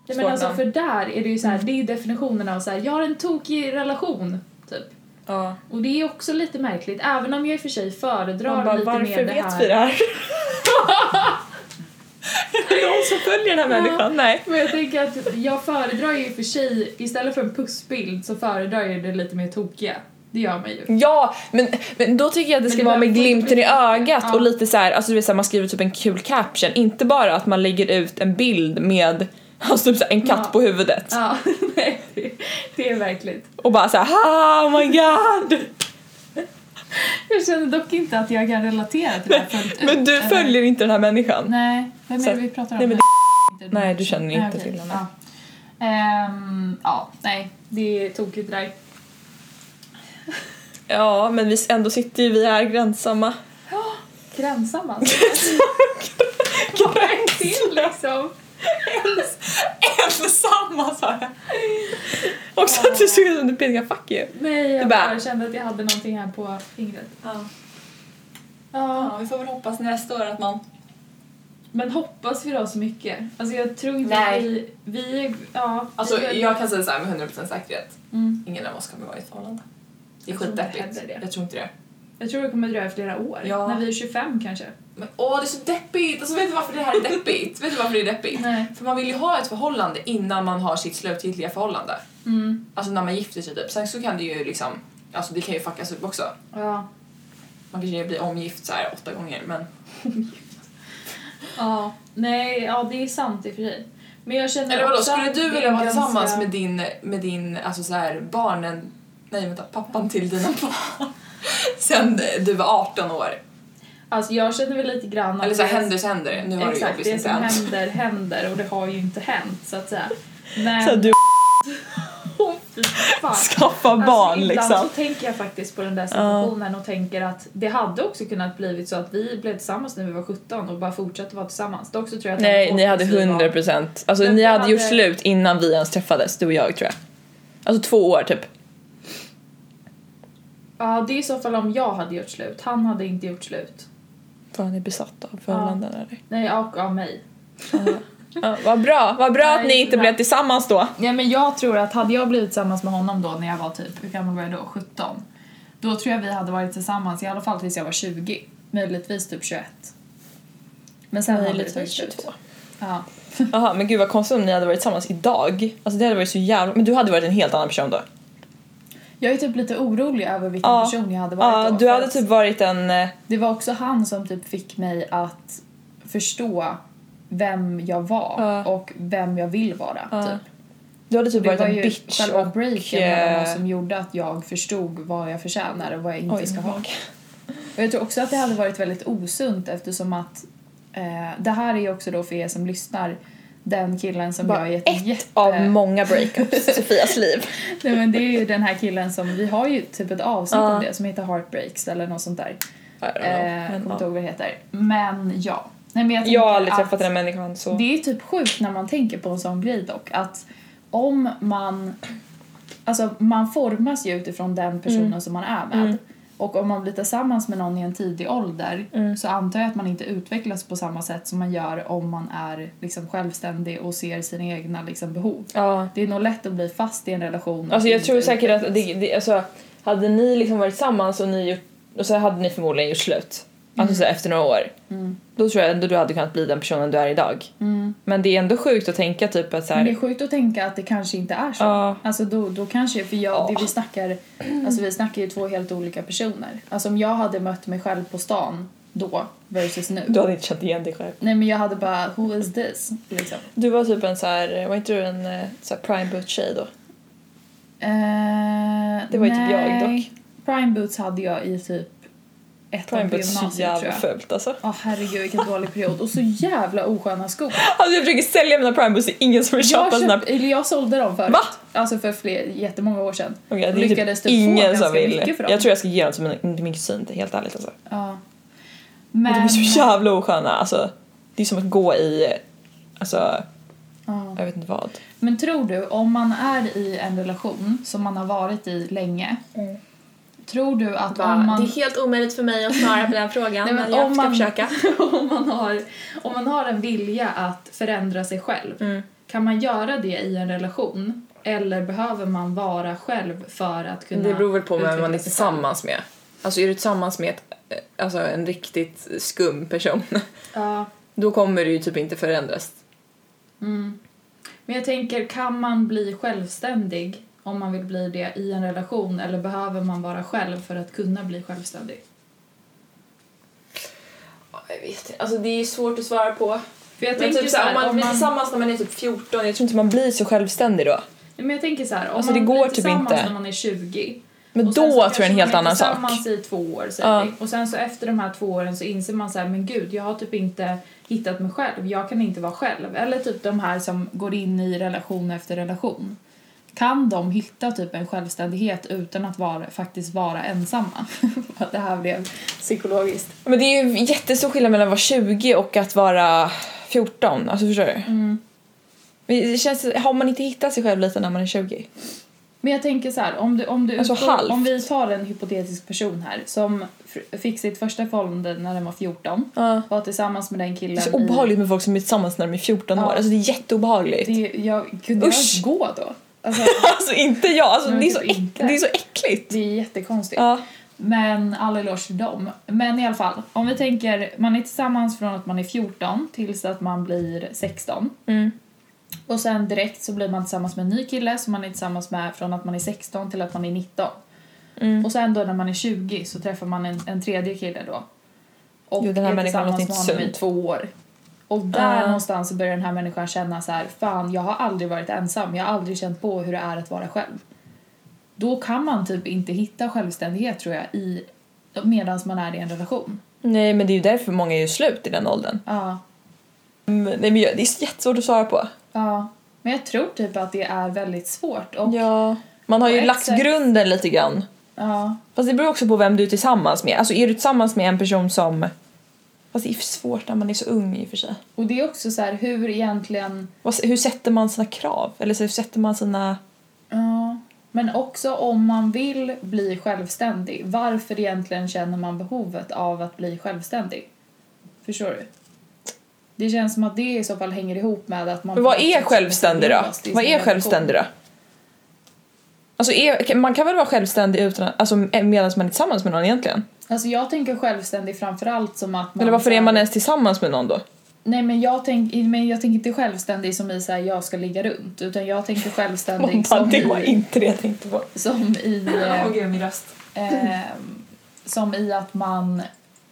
S1: Nej, men
S3: Svårt
S1: alltså,
S3: namn. Mm.
S1: för där är det ju så här, det är ju definitionen av så här, jag har en tokig relation, typ.
S3: Ja.
S1: Och det är också lite märkligt, även om jag i och för sig föredrar
S3: Man bara,
S1: lite mer
S3: varför
S1: det
S3: vet
S1: här.
S3: vi det här? Är det någon som följer den här människan? Nej.
S1: Men jag tänker att jag föredrar ju i och för sig, istället för en pussbild så föredrar jag det lite mer tokiga. Det gör man ju.
S3: Ja, men, men då tycker jag att det ska
S1: det
S3: vara med
S1: behöver inte
S3: glimten
S1: bli
S3: i ögat
S1: Ja.
S3: och lite så här, alltså du vet så här, man skriver typ en kul caption, inte bara att man lägger ut en bild med alltså typ så här, en katt
S1: Ja.
S3: på huvudet
S1: Ja, nej, det, det är verkligt.
S3: och bara så här, "Ha, oh my god.
S6: Jag känner dock inte att jag kan relatera till det här fullt ut.
S3: Men du
S6: Eller-
S3: följer inte den här människan.
S6: Nej, vem är
S3: Så-
S6: det vi pratar om?
S3: nej, men
S6: nu? Inte
S3: Nej, du känner
S6: Nej,
S3: inte
S6: okej,
S3: till henne.
S6: Ja. Ehm, ja, nej.
S1: Det är tokigt det där.
S3: Ja, men vi ändå sitter ju vi här gränssamma.
S1: Gränssamma alltså. till liksom.
S3: Ensamma sa jag. Också att du såg ut som du pekade fuck you.
S1: Nej, jag
S3: Du bara-
S1: bara kände att jag hade någonting här på fingret.
S4: Ja.
S1: Ja,
S4: Ja, vi får väl hoppas nästa år att man...
S1: men hoppas vi då så mycket? Alltså jag tror inte
S4: Nej.
S1: att vi... Vi är... Ja.
S4: Alltså
S1: vi är-
S4: jag kan säga såhär med 100% säkerhet.
S1: Mm.
S4: Ingen av oss kommer vara i ett förhållande. Det är
S1: Jag tror inte
S4: skitdeppigt.
S1: heller det.
S4: Jag tror inte det.
S1: Jag tror det kommer dröja flera år.
S4: Ja.
S1: När vi är 25 kanske.
S4: Men åh, det är så deppigt! Alltså vet du varför det här är deppigt? vet du varför det är deppigt?
S1: Nej.
S4: För man vill ju ha ett förhållande innan man har sitt slutgiltiga förhållande.
S1: Mm.
S4: Alltså när man gifter sig typ. Sen så kan det ju liksom, alltså det kan ju fuckas upp också.
S1: Ja.
S4: Man kanske blir omgift så här åtta gånger men
S1: Ja. Nej, ja det är sant i och för sig. Men jag känner
S4: Eller vadå,
S1: också
S4: skulle
S1: att
S4: du
S1: det
S4: vilja
S1: är
S4: vara
S1: ganska-
S4: tillsammans med din, med din alltså så här, barnen, nej vänta, pappan till dina barn sen du var 18 år?
S1: Alltså jag känner väl lite grann att
S4: Eller så här,
S1: det-
S4: händer så händer, nu har det ju
S1: Exakt,
S4: obviously
S1: det
S4: inte
S1: som
S4: hänt.
S1: händer händer och det har ju inte hänt så att säga. Men...
S3: Så att du
S1: Åh, fy fan.
S3: skaffar barn
S1: alltså, ibland
S3: liksom.
S1: så tänker jag faktiskt på den där situationen och tänker att det hade också kunnat blivit så att vi blev tillsammans när vi var 17 och bara fortsatte vara tillsammans. Dock så tror jag att
S3: Nej,
S1: han-
S3: ni hade
S1: vi var-
S3: 100 procent. Alltså
S1: Men
S3: ni
S1: vi
S3: hade gjort
S1: hade-
S3: slut innan vi ens träffades, du och jag tror jag. Alltså två år typ.
S1: Ja, det är i så fall om jag hade gjort slut. Han hade inte gjort slut.
S3: Fan, ni är besatta av förhållanden eller?
S1: Nej, och av mig.
S3: Ja, vad bra, vad bra att
S1: Nej,
S3: ni inte
S1: nej.
S3: blev tillsammans då.
S6: Ja, men jag tror att hade jag blivit tillsammans med honom då när jag var typ, hur gammal var jag då? 17. Då tror jag vi hade varit tillsammans i alla fall tills jag var 20. Möjligtvis typ 21. Men sen hade det tagit slut. Ja.
S3: Jaha, men gud vad konstigt om ni hade varit tillsammans idag. Alltså det hade varit så jävla... Men du hade varit en helt annan person då.
S6: Jag är typ lite orolig över vilken
S3: Ja.
S6: person jag hade varit
S3: Ja,
S6: då,
S3: du
S6: för
S3: hade
S6: att
S3: typ varit en... eh,
S6: Det var också han som typ fick mig att förstå vem jag var
S3: Ja.
S6: och vem jag vill vara.
S3: Ja.
S6: Typ.
S3: Du hade typ
S6: Det
S3: varit
S6: var
S3: en
S6: ju
S3: bitch
S6: själva
S3: och...
S6: breaken mellan oss
S3: eh,
S6: som gjorde att jag förstod vad jag förtjänar och vad jag inte
S3: Oj,
S6: ska
S3: min
S6: ha.
S3: mage.
S6: Och jag tror också att det hade varit väldigt osunt eftersom att eh, det här är ju också då för er som lyssnar den killen som
S3: Bara
S6: jag är jätte,
S3: ett
S6: jätte...
S3: av många breakups i Sofias liv.
S6: Nej men det är ju den här killen som, vi har ju typ ett avsnitt
S3: Ja.
S6: om det som heter Heartbreaks eller något sånt där.
S3: I don't know,
S6: Eh,
S3: men,
S6: kommer inte
S3: ja.
S6: ihåg vad det heter. Men ja. Nej, men jag,
S3: Jag har
S6: tänker
S3: aldrig
S6: att
S3: träffat den här människan så...
S6: Det är typ sjukt när man tänker på en sån grej dock. Att om man... Alltså man formas ju utifrån den personen
S3: Mm.
S6: som man är med. Och om man blir tillsammans med någon i en tidig ålder
S3: Mm.
S6: så antar jag att man inte utvecklas på samma sätt som man gör om man är liksom självständig och ser sina egna liksom behov.
S3: Ja.
S6: Det är nog lätt att bli fast i en relation. och
S3: Alltså jag
S6: inte
S3: tror säkert att
S6: utvecklas.
S3: det, det, alltså, hade ni liksom varit tillsammans och, ni gjort, och så hade ni förmodligen gjort slut.
S6: Mm.
S3: Alltså så här, efter några år. Då tror jag ändå du hade kunnat bli den personen du är idag. Men det är ändå sjukt att tänka typ att så
S6: Mm. Men det är
S3: här,
S6: sjukt att tänka att det kanske inte är så.
S3: Ja.
S6: Alltså då, då kanske, för jag,
S3: Ja.
S6: det vi snackar, alltså vi snackar ju två helt olika personer. Alltså om jag hade mött mig själv på stan
S1: då versus nu.
S3: Du hade inte känt igen dig själv.
S1: Nej men jag hade bara who is this? Liksom.
S3: Du var typ en så här, var inte du en eh, så här prime boot tjej då?
S1: Eh,
S3: Det var ju typ
S1: nej.
S3: jag dock.
S1: Prime boots hade jag i typ
S3: Prime
S1: ettan på
S3: boot så
S1: gymnasiet tror
S3: jävla
S1: jag.
S3: fult alltså.
S1: Ja herregud vilken dålig period och så jävla osköna skor.
S3: Alltså jag försöker sälja mina prime boots, det är ingen som vill
S1: Jag,
S3: köpa sina.
S1: köpt,
S3: Okej
S1: eller jag sålde dem förut.
S3: Va?
S1: Alltså för fler, jättemånga år sedan.
S3: det är
S1: lyckades
S3: typ
S1: du få
S3: ingen
S1: ganska
S3: som vill.
S1: mycket för dem.
S3: Jag tror jag ska ge dem till min, till min kusin, det är helt ärligt alltså.
S1: Ja.
S3: Men...
S1: Men...
S3: De är så jävla osköna alltså. Det är som att gå i, alltså
S1: Ja.
S3: jag vet inte vad.
S1: Men tror du, om man är i en relation som man har varit i länge,
S2: Mm.
S1: tror du att om man...
S2: Det är helt omöjligt för mig att svara på den frågan,
S1: Nej, men
S2: men, jag
S1: om
S2: ska
S1: man-
S2: försöka.
S1: om, man har, om man har en vilja att förändra sig själv,
S2: Mm.
S1: kan man göra det i en relation? Eller behöver man vara själv för att kunna...
S2: Det beror väl på vem
S1: utveckla
S2: man är
S1: sig själv?
S2: tillsammans med. Alltså är du tillsammans med ett, eh, alltså, en riktigt skum person,
S1: Ja.
S2: då kommer du ju typ inte förändras.
S1: Mm. Men jag tänker, kan man bli självständig om man vill bli det i en relation eller behöver man vara själv för att kunna bli självständig?
S2: Ja, Jag vet inte. Alltså det är ju svårt att svara på.
S1: För jag
S2: Men
S1: tänker
S2: typ
S1: så här,
S2: såhär, om man
S1: om
S2: blir
S1: man...
S2: tillsammans när man är typ 14, jag
S3: Jag
S2: tror
S3: tror inte man blir så självständig då.
S1: Nej, Men jag tänker så här, om
S3: Alltså, det
S1: man
S3: går
S1: blir
S3: typ
S1: tillsammans
S3: inte.
S1: när man är 20.
S3: Men
S1: och
S3: då
S1: sen så
S3: tror jag
S1: kanske
S3: det är en helt
S1: man är
S3: annan sak.
S1: tillsammans i två år säger
S3: Ja.
S1: vi. Och sen så efter de här två åren så inser man så här, men gud, jag har typ inte hittat mig själv. Jag kan inte vara själv. Eller typ de här som går in i relation efter relation. Kan de hitta typ en självständighet utan att vara, faktiskt vara ensamma? Att det här blev psykologiskt.
S3: Men det är ju jättestor skillnad mellan att vara 20 och att vara 14, alltså förstår du?
S1: Mm.
S3: Men det känns, har man inte hittat sig själv lite när man är 20?
S1: Men jag tänker så här, om, du, om, du
S3: Alltså halvt.
S1: om vi tar en hypotetisk person här som fr- fick sitt första förhållande när den var 14,
S3: Ja.
S1: var tillsammans med den killen
S3: Det är så
S1: i-
S3: obehagligt med folk som är tillsammans när de är 14
S1: Ja.
S3: år, alltså det är jätteobehagligt.
S1: Det, jag, kunde jag
S3: Usch.
S1: gå då? Alltså,
S3: Alltså inte jag, alltså,
S1: Men
S3: det, är
S1: typ
S3: så äck,
S1: inte.
S3: det är så äckligt.
S1: det är jättekonstigt.
S3: Ja.
S1: Men all eloge till dem. Men i alla fall, om vi tänker, man är tillsammans från att man är 14 tills att man blir 16.
S3: Mm.
S1: Och sen direkt så blir man tillsammans med en ny kille som man är tillsammans med från att man är 16 till att man är 19.
S3: Mm.
S1: Och sen då när man är 20 så träffar man en, en tredje kille då. Och
S3: Jo, den här
S1: är
S3: människan låter
S1: tillsammans med honom
S3: inte
S1: i
S3: sunt.
S1: två år. Och där
S3: Ah.
S1: någonstans så börjar den här människan känna så här, fan jag har aldrig varit ensam, jag har aldrig känt på hur det är att vara själv. Då kan man typ inte hitta självständighet tror jag i medan man är i en relation.
S3: Nej men det är ju därför många är ju slut i den åldern.
S1: Ja,
S3: Mm, Nej men jag, det är jättesvårt att svara på.
S1: ja. Men jag tror typ att det är väldigt svårt och ja.
S3: Ja. Man har
S1: På
S3: ju
S1: ett
S3: lagt
S1: sätt.
S3: grunden lite grann. Fast det beror också på vem du är tillsammans med. Alltså är du tillsammans med en person som... Fast det är svårt när man är så ung i och för sig.
S1: Och det är också så här hur egentligen
S3: Vad- Hur sätter man sina krav? Eller så, hur sätter man sina...
S1: Ja, men också om man vill bli självständig, varför egentligen känner man behovet av att bli självständig? Förstår du? Det känns som att det i så fall hänger ihop med att man...
S3: Men vad är självständig då?
S1: Låst i sin
S3: Vad är
S1: relation.
S3: självständig då? Alltså är, man kan väl vara självständig utan, att- alltså, medan man är tillsammans med någon egentligen?
S1: Alltså jag tänker självständig framförallt som att man...
S3: Eller varför
S1: så
S3: är
S1: här-
S3: man ens tillsammans med någon då?
S1: Nej men jag, tänk, men jag tänker inte självständig som i så här, jag ska ligga runt, utan jag tänker
S3: Man
S1: självständig
S3: bara,
S1: som
S3: det var
S1: i...
S3: inte det jag tänkte på.
S1: Som i eh,
S4: Åh gud, min röst.
S1: Ehm, som i att man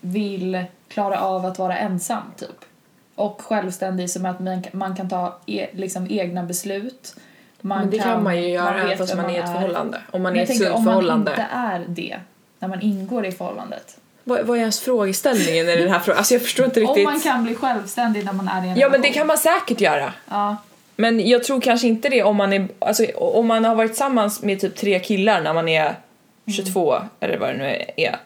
S1: vill klara av att vara ensam, typ. Och självständig som att man, man kan ta e, liksom egna beslut. Man
S2: Men det kan man ju göra även
S1: vet
S2: fast
S1: vem
S2: man är i ett förhållande. Om man är
S1: Men
S2: i
S1: jag
S2: ett
S1: tänker
S2: sunt
S1: om man
S2: förhållande.
S1: inte är det när man ingår i förhållandet.
S2: Vad, vad är ens frågeställningen i den här frågan? Alltså jag förstår inte riktigt.
S1: Om man kan bli självständig när man är i en
S3: Ja men det
S1: relation.
S3: kan man säkert göra.
S1: Ja,
S3: Men jag tror kanske inte det om man, är, alltså, om man har varit tillsammans med typ tre killar när man är
S1: Mm.
S3: 22 eller vad det nu är.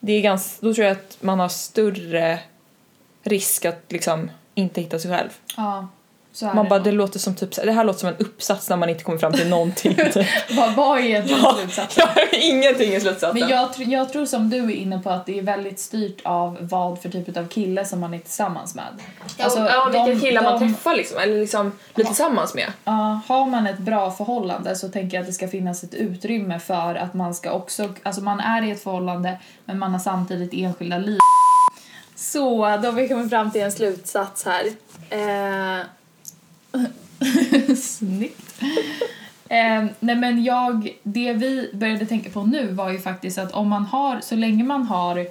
S3: Det är ganska, då tror jag att man har större risk att liksom inte hitta sig själv.
S1: ja. Så är
S3: Man
S1: det
S3: bara,
S1: nog.
S3: det, låter som typ, så- det här låter som en uppsats när man inte kommer fram till någonting. typ.
S1: Vad- Vad är egentligen
S3: Ja.
S1: slutsatsen?
S3: jag har ingenting i slutsatsen.
S1: Men jag, tr- jag tror som du är inne på att det är väldigt styrt av vad för typ av kille som man är tillsammans med. Alltså,
S2: ja, vilka
S1: de-
S2: killar man
S1: de-
S2: träffar liksom, eller liksom blir tillsammans med.
S1: Ja, har man ett bra förhållande så tänker jag att det ska finnas ett utrymme för att man ska också, alltså man är i ett förhållande men man har samtidigt enskilda liv.
S7: Så, då har vi kommit fram till en slutsats här. Eh,
S1: Snyggt. Eh, nej men jag, det vi började tänka på nu var ju faktiskt att om man har, så länge man har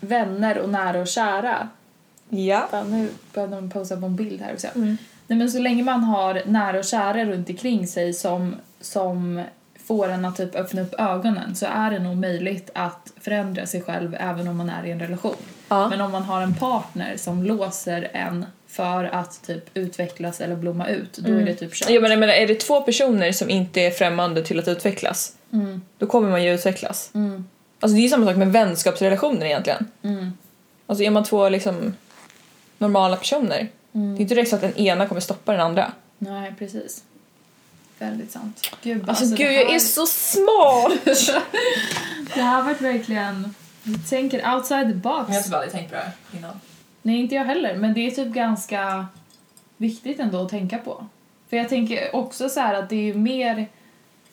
S1: vänner och nära och kära.
S3: Ja.
S1: Fan, nu började de posta på en bild här också.
S3: Mm.
S1: Nej, men så länge man har nära och kära runt omkring sig som, som får en att typ öppna upp ögonen så är det nog möjligt att förändra sig själv även om man är i en relation.
S3: Ja.
S1: Men om man har en partner som låser en för att typ utvecklas eller blomma ut, då är det typ kört.
S3: Jag menar, jag menar, är Mm. det två personer som inte är främmande till att utvecklas,
S1: Mm.
S3: då kommer man ju utvecklas.
S1: Mm.
S3: Alltså det är ju samma sak med vänskapsrelationer egentligen.
S1: Mm.
S3: Alltså är man två liksom normala personer,
S1: Mm.
S3: det är inte direkt så att den ena kommer stoppa den andra.
S1: Nej, precis. Väldigt sant. Gud,
S3: Alltså,
S1: alltså,
S3: gud,
S1: det
S3: jag
S1: här-
S3: är så smart!
S1: Det här har varit verkligen... Vi tänker outside the box.
S4: Jag har typ aldrig tänkt på det här innan.
S1: Nej, inte jag heller. Men det är typ ganska viktigt ändå att tänka på. För jag tänker också så här att det är ju mer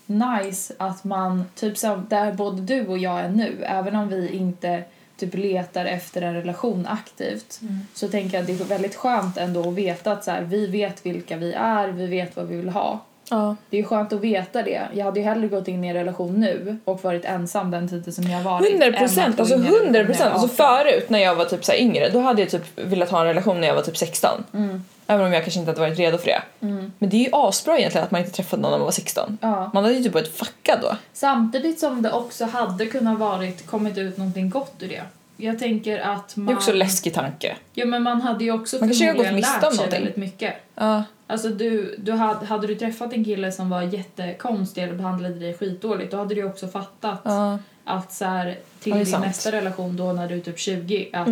S1: nice att man, typ som där både du och jag är nu, även om vi inte typ letar efter en relation aktivt,
S3: Mm.
S1: så tänker jag att det är väldigt skönt ändå att veta att så här, vi vet vilka vi är, vi vet vad vi vill ha.
S3: Ja.
S1: Det är skönt att veta det. Jag hade ju hellre gått in i en relation nu och varit ensam den tiden som jag har varit. än
S3: 100
S1: att gå in i en
S3: procent, alltså
S1: relation när jag
S3: 100
S1: var
S3: procent. Alltså
S1: 18.
S3: förut när jag var typ så här yngre, då hade jag typ velat ha en relation när jag var typ 16.
S1: Mm,
S3: Även om jag kanske inte hade varit redo för det. Men det är ju asbra egentligen att man inte träffade någon när man var 16.
S1: Ja.
S3: Man hade ju typ varit fuckad då.
S1: Samtidigt som det också hade kunnat varit kommit ut någonting gott ur det. Jag tänker att man...
S3: Det är också en läskig tanke.
S1: Ja, men man hade ju också
S3: Man kanske har
S1: förmodligen
S3: gått miste om
S1: lärt sig
S3: någonting.
S1: väldigt mycket.
S3: Ja.
S1: Alltså du, du hade, hade du träffat en kille som var jättekonstig eller behandlade dig skitdåligt, då hade du ju också fattat
S3: Ja.
S1: att så här, till
S3: Ja, det är
S1: din
S3: sant. Mm.
S1: nästa relation då när du är typ 20 att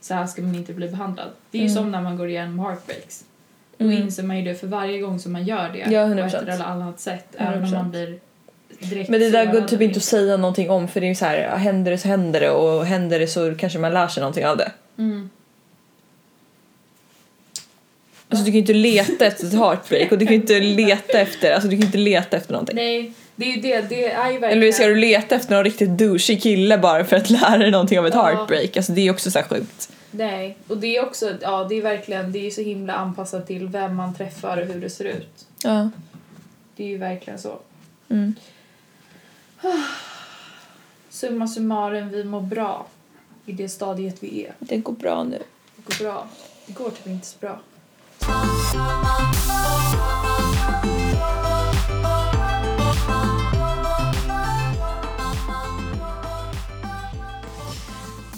S1: så här ska man inte bli behandlad. Det är ju som när man går igenom heartbreaks. Då inser man ju det för varje gång som man gör det
S3: Mm. Ja,
S1: på ett
S3: 100%.
S1: eller annat sätt. Även om
S3: 100%.
S1: man blir direkt
S3: Men det där går
S1: sårad
S3: typ
S1: eller
S3: inte att säga någonting om för det är ju så här, ja, händer det så händer det och händer det så kanske man lär sig någonting av det.
S1: Mm.
S3: Alltså du kan ju inte leta efter ett heartbreak och du kan ju inte leta efter, alltså du kan ju inte leta efter någonting.
S1: Nej, det är ju det. Det är ju verkligen...
S3: Eller ska du leta efter någon riktigt douchig kille bara för att lära dig någonting om ett
S1: Ja.
S3: heartbreak? Alltså det är också så här sjukt.
S1: Nej, och det är också... Ja, det är verkligen... Det är ju så himla anpassat till vem man träffar och hur det ser ut.
S3: Ja.
S1: Det är ju verkligen så.
S3: Mm.
S1: Summa summarum, vi mår bra i det stadiet vi är.
S3: Det går bra nu.
S1: Det går bra. Det går typ inte så bra.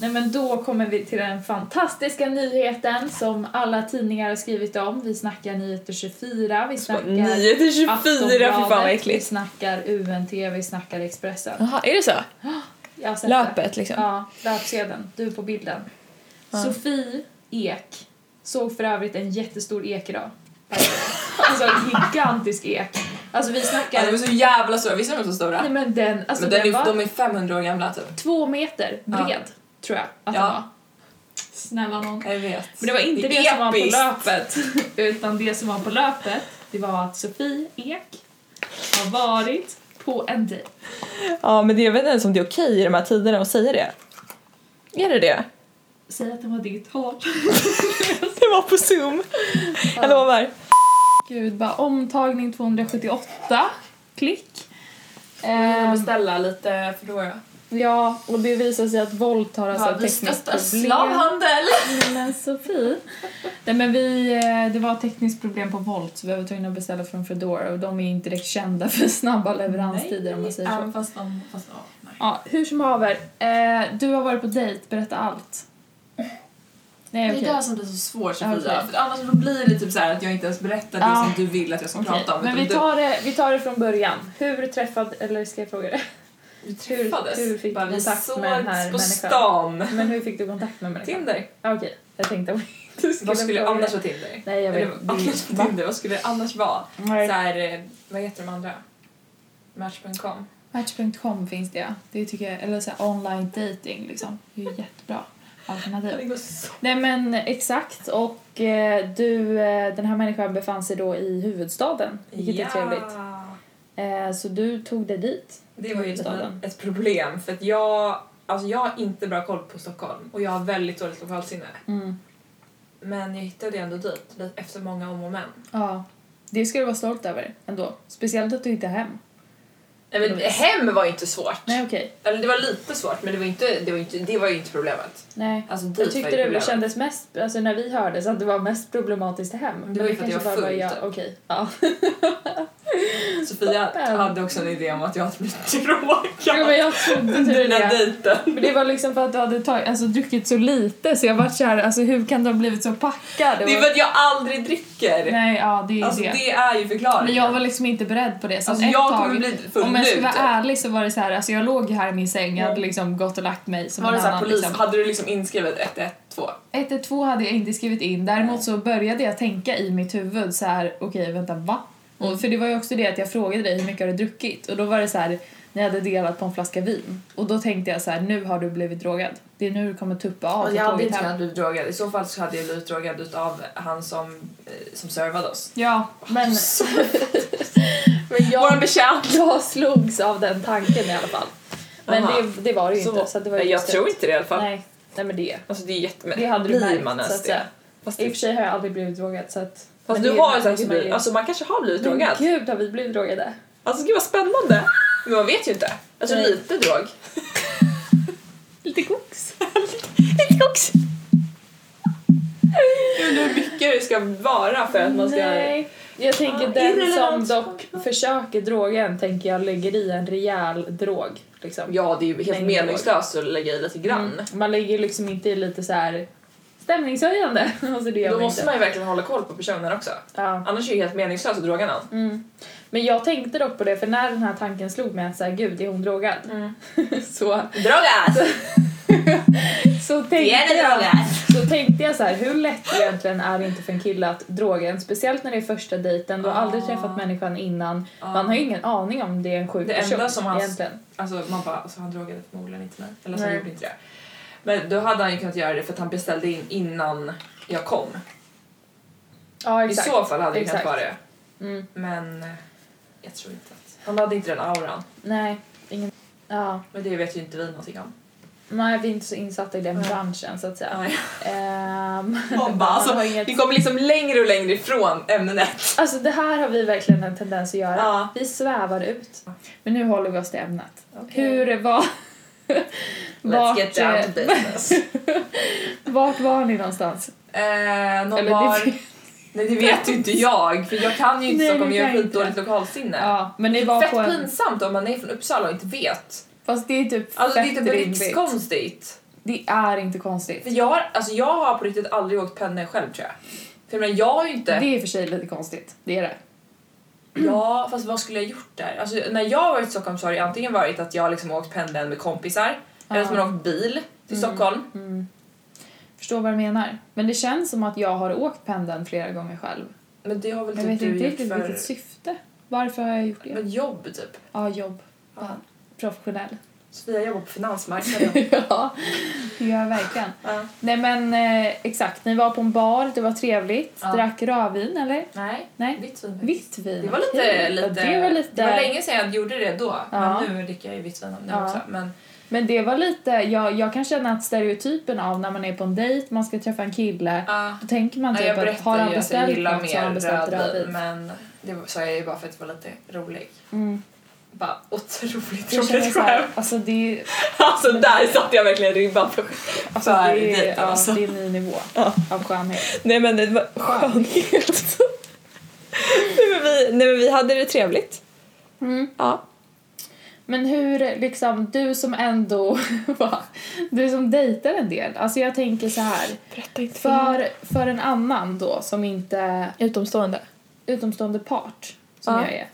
S1: Nej, men då kommer vi till den fantastiska nyheten som alla tidningar har skrivit om. Vi snackar Nyheter 24, vi snackar
S3: 9 till 24, fy fan vad
S1: Aftonbladet, vi
S3: äckligt.
S1: snackar UNT, vi snackar Expressen.
S3: Jaha, är det så?
S1: Jag har sett det.
S3: Löpet liksom?
S1: Ja, löpsedeln. Du på bilden. Sofie Ek såg för övrigt en jättestor ek idag. Alltså en gigantisk ek. Alltså vi
S4: Ja, de
S1: snackar...
S4: är så jävla stora, visst är de så stora?
S1: Nej men den, alltså
S4: men
S1: den,
S4: den är,
S1: var
S4: de är 500 år gamla typ.
S1: två meter
S4: Ja.
S1: bred, tror jag att
S4: Ja.
S1: den var. Snälla någon.
S4: Jag vet.
S1: Men det var inte det,
S4: är
S1: som var på
S4: episkt.
S1: löpet. Utan det som var på löpet, det var att Sofie Ek har varit på en dejt.
S3: Ja, men det, jag vet inte ens om det är okej i de här tiderna att säga det. Är det det?
S1: Säg att den var digital.
S3: Det var på zoom. Jag lovar.
S1: Gud, bara omtagning 278. Klick. Ehm,
S4: beställa lite Foodora.
S1: ja, och det visar sig att Volt har alltså ett tekniskt problem.
S4: Slavhandel!
S1: Men Sofie. Nej men vi, eh, det var ett tekniskt problem på Volt så vi var tvungna att beställa från Foodora och de är inte direkt kända för snabba leveranstider om man säger så.
S4: Även fast de... Fast, ja, nej.
S1: Ja, hur som haver. Eh, du har varit på dejt, berätta allt. Nej okej.
S4: Det är det här som blir så svårt Sofia,
S1: Okej.
S4: för annars då blir det typ så här att jag inte ens berättar det
S1: Ja.
S4: som du vill att jag ska
S1: Okej,
S4: prata om.
S1: Men
S4: utan
S1: vi tar, det, vi tar det från början. Hur träffade, eller ska jag fråga det?
S4: du, vi träffades.
S1: hur fick
S4: Bara,
S1: du
S4: vi
S1: kontakt
S4: sågs
S1: med den här
S4: på
S1: människan?
S4: stan.
S1: Men hur fick du kontakt med människan? Ah,
S4: Tinder.
S1: Okej, jag tänkte att du skulle,
S4: Vad skulle
S1: fråga.
S4: annars vara Tinder?
S1: Nej, jag
S4: Eller
S1: vet.
S4: annars vara Tinder, vad skulle det annars vara? Så
S1: Nej.
S4: här, eh, vad heter de andra? Match.com.
S1: Match.com finns det, ja. Det tycker jag, eller så här online dating liksom. Det är ju jättebra alternativ.
S4: Det går så
S1: Nej men exakt och eh, du, eh, den här människan befann sig då i huvudstaden, vilket är trevligt. Eh, så du tog dig dit.
S4: Det var ju ett,
S1: Huvudstaden.
S4: ett problem för att jag, alltså jag har inte bra koll på Stockholm och jag har väldigt dåligt lokalsinne.
S1: Mm.
S4: Men jag hittade ju ändå dit, dit efter många om och men.
S1: Ja. Det ska du vara stolt över ändå. Speciellt att du inte är hem.
S4: Nej, men hem var inte svårt.
S8: Nej okej.
S4: Eller det var lite svårt men det var, inte, det var, inte, det var ju inte problemet.
S8: Nej.
S4: Alltså, dit
S8: Jag
S4: var
S8: tyckte
S4: ju
S8: det
S4: problemet.
S8: kändes mest, alltså när vi hördes, att det var mest problematiskt hem. Men
S4: var ju för att jag
S8: kanske
S4: var
S8: bara
S4: full,
S8: jag-
S4: typ.
S8: Okej. Ja.
S4: Sofia
S8: Toppen.
S4: hade också en idé om att jag hade blivit tråkig
S8: Jo, men jag trodde
S4: under
S8: typ
S4: den här
S8: det.
S4: dejten.
S8: Men det var liksom för att du hade tag- alltså, druckit så lite så jag var så här, alltså hur kan du ha blivit så packad?
S4: Det är för att jag aldrig dricker.
S8: Nej, ja det är
S4: alltså
S8: det.
S4: det är ju förklaringen.
S8: Men jag var liksom inte beredd på det. Så
S4: alltså,
S8: ett
S4: jag
S8: tag,
S4: kommer bli full
S8: om jag
S4: nu.
S8: ska vara
S4: typ. Mm.
S8: ärlig så var det så här, alltså jag låg ju här i min säng, jag hade liksom gått och lagt mig som
S4: var det
S8: en
S4: så här,
S8: annan.
S4: polis,
S8: Liksom.
S4: hade du liksom inskrivet 112?
S8: 112 hade jag inte skrivit in, däremot så började jag tänka i mitt huvud så här, okej vänta va?
S1: Mm.
S8: Och, för det var ju också det att jag frågade dig hur mycket har du druckit? Och då var det så här, ni hade delat på en flaska vin. Och då tänkte jag så här, nu har du blivit drogad. Det är nu du kommer tuppa av
S4: Ja,
S8: på
S4: jag hade
S8: tåget
S4: inte
S8: hem.
S4: kunnat bli drogad. I så fall så hade jag blivit drogad utav han som, eh, som servade oss.
S8: Ja, men...
S1: Men jag,
S4: Vår betjänt!
S1: jag slogs av den tanken i alla fall. Men
S9: Aha.
S1: det, det var det ju
S9: Så-
S1: inte. Så det var ju
S9: Nej, jag
S1: just det.
S9: tror inte det i alla fall.
S1: Nej, nej men det.
S9: Alltså det är jätte... men
S1: Det hade du
S9: blir
S1: märkt,
S9: man
S1: så
S9: ens
S1: att säga.
S9: det? Fast,
S1: I och för sig har jag aldrig blivit drogad så att...
S9: fast
S1: men
S9: du
S1: det är
S9: har
S1: något
S9: säkert
S1: som
S9: blivit...
S1: är-
S9: Alltså man kanske har blivit
S1: Men
S9: drogad.
S1: gud har vi blivit drogade.
S9: Alltså gud vad spännande! Men man vet ju inte. Alltså
S1: Nej.
S9: lite drog.
S1: Lite koks.
S9: Mycket det ska vara för att man ska...
S1: Nej. Jag tänker
S9: Ja,
S1: den som
S9: irrelevant.
S1: dock försöker drogen tänker jag lägger i en rejäl drog. Liksom.
S9: Ja det är ju helt
S1: Nej,
S9: meningslöst att lägga i lite grann.
S1: Man lägger liksom inte i lite så här stämningshöjande. Alltså det gör
S9: Då
S1: man
S9: måste
S1: inte.
S9: man ju verkligen hålla koll på personen också.
S1: Ja.
S9: Annars är det helt meningslöst att droga någon.
S1: Mm. Men jag tänkte dock på det för när den här tanken slog mig att så här, gud är hon drogad?
S9: Mm.
S1: så,
S9: Drogas!
S1: så, tänkte jag, så tänkte jag så här, hur lätt egentligen är det inte för en kille att droga en? Speciellt när det är första dejten, du har aldrig träffat
S9: Ah.
S1: människan innan. Man har ju ingen aning om det är en sjuk
S4: Det enda
S1: person
S4: som han-
S1: egentligen.
S4: Alltså man bara, alltså, han drogade förmodligen inte mig. Eller så
S1: Nej.
S4: han gjorde inte det. Men då hade han ju kunnat göra det för att han beställde in innan jag kom.
S1: Ja
S4: I
S1: exakt.
S4: så fall hade det kunnat
S1: Exakt.
S4: vara det.
S1: Mm.
S4: Men eh, jag tror inte att... Han hade inte den auran.
S1: Nej, ingen... Ja,
S4: Men det vet ju inte vi någonting om.
S1: nej, vi är inte så insatta i den branschen så att säga.
S4: Nej.
S1: Ehm,
S4: Man bara, alltså,
S1: har inget...
S4: vi kommer liksom längre och längre ifrån ämnet.
S1: alltså det här har vi verkligen en tendens att göra.
S4: Ja.
S1: Vi svävar ut. Men nu håller vi oss till ämnet. Hur var...
S4: Let's
S1: vart,
S4: get down to
S1: eh,
S4: business.
S1: vart var ni någonstans?
S4: eh, någon
S1: Eller det
S4: bar...
S1: finns-
S4: Nej det vet ju inte jag för jag kan ju inte
S1: Nej,
S4: Stockholm,
S1: det
S4: jag har
S1: kan jag
S4: skitdåligt lokalsinne.
S1: Ja, men ni var
S4: Typ Fett
S1: på en...
S4: pinsamt om man är från Uppsala och inte vet.
S1: Fast det är typ
S4: Alltså
S1: fett
S4: det är typ
S1: rimligt.
S4: rikskonstigt.
S1: Det är inte konstigt.
S4: För jag har, alltså jag har på riktigt aldrig åkt pennor själv tror jag. För men jag har ju inte...
S1: Det är i och för sig lite konstigt. Det är det.
S4: Ja, fast vad skulle jag gjort där? Alltså när jag har varit i Stockholm så har det antingen varit att jag har liksom åkt pendeln med kompisar. Eller att man har åkt bil till
S1: Mm.
S4: Stockholm.
S1: Förstår vad du menar. Men det känns som att jag har åkt pendeln flera gånger själv.
S4: Men det har väl
S1: Jag
S4: typ
S1: vet
S4: du
S1: inte
S4: gjort
S1: riktigt
S4: för...
S1: vilket syfte. Varför har jag gjort det?
S4: Men jobb typ.
S1: Ja, jobb. Fan. Professionell.
S4: Sofia jobbar på finansmarknaden.
S1: ja, det gör jag verkligen.
S4: Ja.
S1: Nej men eh, exakt, ni var på en bar, det var trevligt.
S4: Ja.
S1: Drack rödvin eller?
S4: Nej,
S1: Nej.
S4: vitt vin.
S1: Vitt vin.
S4: Det var lite,
S1: okej. Ja,
S4: lite,
S1: det var lite...
S4: det var länge sedan jag gjorde det då.
S1: Ja.
S4: Men nu dricker jag ju vitt vin nu
S1: Ja.
S4: också. Men
S1: Men det var lite, jag, jag kan känna att stereotypen av när man är på en dejt, man ska träffa en kille.
S4: ja.
S1: Då tänker man
S4: Nej,
S1: typ
S4: jag
S1: att har han
S4: berättade ju att jag
S1: beställt
S4: gillar
S1: något så har han
S4: mer
S1: beställt
S4: rödvin
S1: rödvin.
S4: men det var- sa jag ju bara för att det var lite rolig.
S1: Mm.
S4: Bara otroligt
S1: Jag känner
S4: roligt
S1: så här,
S4: skämt.
S1: alltså det,
S9: Alltså där satte jag verkligen ribban för
S1: alltså
S4: För
S1: det, är,
S4: dejten,
S1: ja,
S4: alltså.
S1: det är en ny nivå av skönhet.
S3: Nej men det var skönhet. nej, men vi, nej men vi hade det trevligt.
S1: Mm.
S3: Ja.
S1: Men hur, liksom, du som ändå, va? du som dejtar en del, alltså jag tänker så här.
S3: Berätta inte
S1: För, för en annan då som inte
S3: Utomstående.
S1: utomstående part som
S3: Ja.
S1: jag är.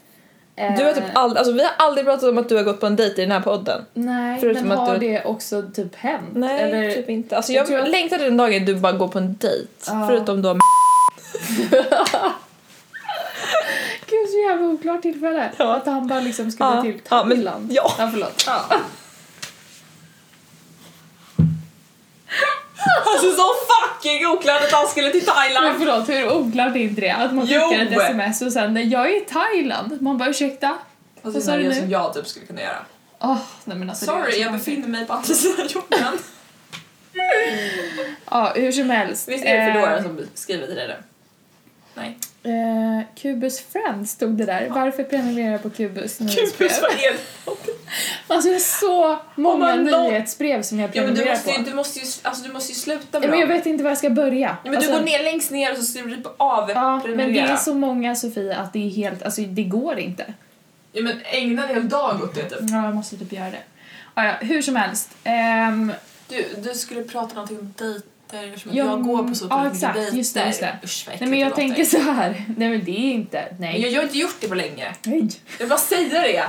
S1: Eh,
S3: Du har typ aldrig, alltså vi har aldrig pratat om att du har gått på en dejt i den här podden.
S1: Nej,
S3: förutom
S1: men
S3: att
S1: har
S3: du-
S1: det också typ hänt?
S3: Nej,
S1: Eller,
S3: typ inte. Alltså
S1: jag
S3: jag,
S1: tror att-
S3: längtar till den dagen du bara går på en dejt.
S1: Ja.
S3: Förutom då
S1: Gud, så jävla oklart tillfälle.
S3: Ja.
S1: Att han bara liksom skulle
S3: Ja.
S1: till
S3: Ja, men-
S1: Thailand.
S3: ja.
S1: ja förlåt.
S9: Alltså så fucking oklart att han skulle till
S1: Men
S9: Thailand!
S1: förlåt, hur oklart är inte det? Att man
S4: Jo!
S1: skickar ett sms och sen nej, jag är i Thailand. Man bara ursäkta?
S4: Och
S1: Vad
S4: så
S1: sa
S4: är
S1: du
S4: det
S1: nu?
S4: som jag typ skulle kunna göra.
S1: Åh, nej men alltså det är
S4: Sorry,
S1: så
S4: jag
S1: konstigt.
S4: befinner mig på andra sidan jorden.
S1: Ja, hur som helst.
S4: Visst är det alltså?
S1: Eh,
S4: Ehm. Foodora som skriver till dig nu? Nej.
S6: Eh, Cubus Friends stod det där. Varför prenumererar jag på Cubus nyhetsbrev?
S4: Kubus var helt...
S6: Alltså jag har så många
S4: man lång-
S6: nyhetsbrev som jag
S4: Ja, men du,
S6: prenumererar
S4: måste ju,
S6: på.
S4: du, måste ju, alltså, du måste ju sluta
S6: Ja,
S4: med
S6: men jag
S4: dem.
S6: vet inte var jag ska börja.
S4: Ja, men
S6: alltså,
S4: du går ner längst ner och så skriver du på av
S6: ja, men det
S4: prenumerera.
S6: är så många Sofie att det är helt, alltså det går inte.
S4: ja, men ägna en hel dag åt det typ.
S6: Ja, jag måste typ göra det. Ja, ja, hur som helst. Ehm,
S4: Du, du skulle prata någonting om dejter eftersom
S6: Ja,
S4: jag går på så
S6: ja,
S4: otroligt
S6: exakt.
S4: mycket
S6: Just det,
S4: dejter.
S6: just det.
S4: Usch, vad
S6: nej men jag
S4: äckligt det
S6: tänker
S4: låter.
S6: så här. Nej men det är inte, nej.
S4: Jag, jag har inte gjort det på länge.
S6: nej.
S4: Jag bara säger det.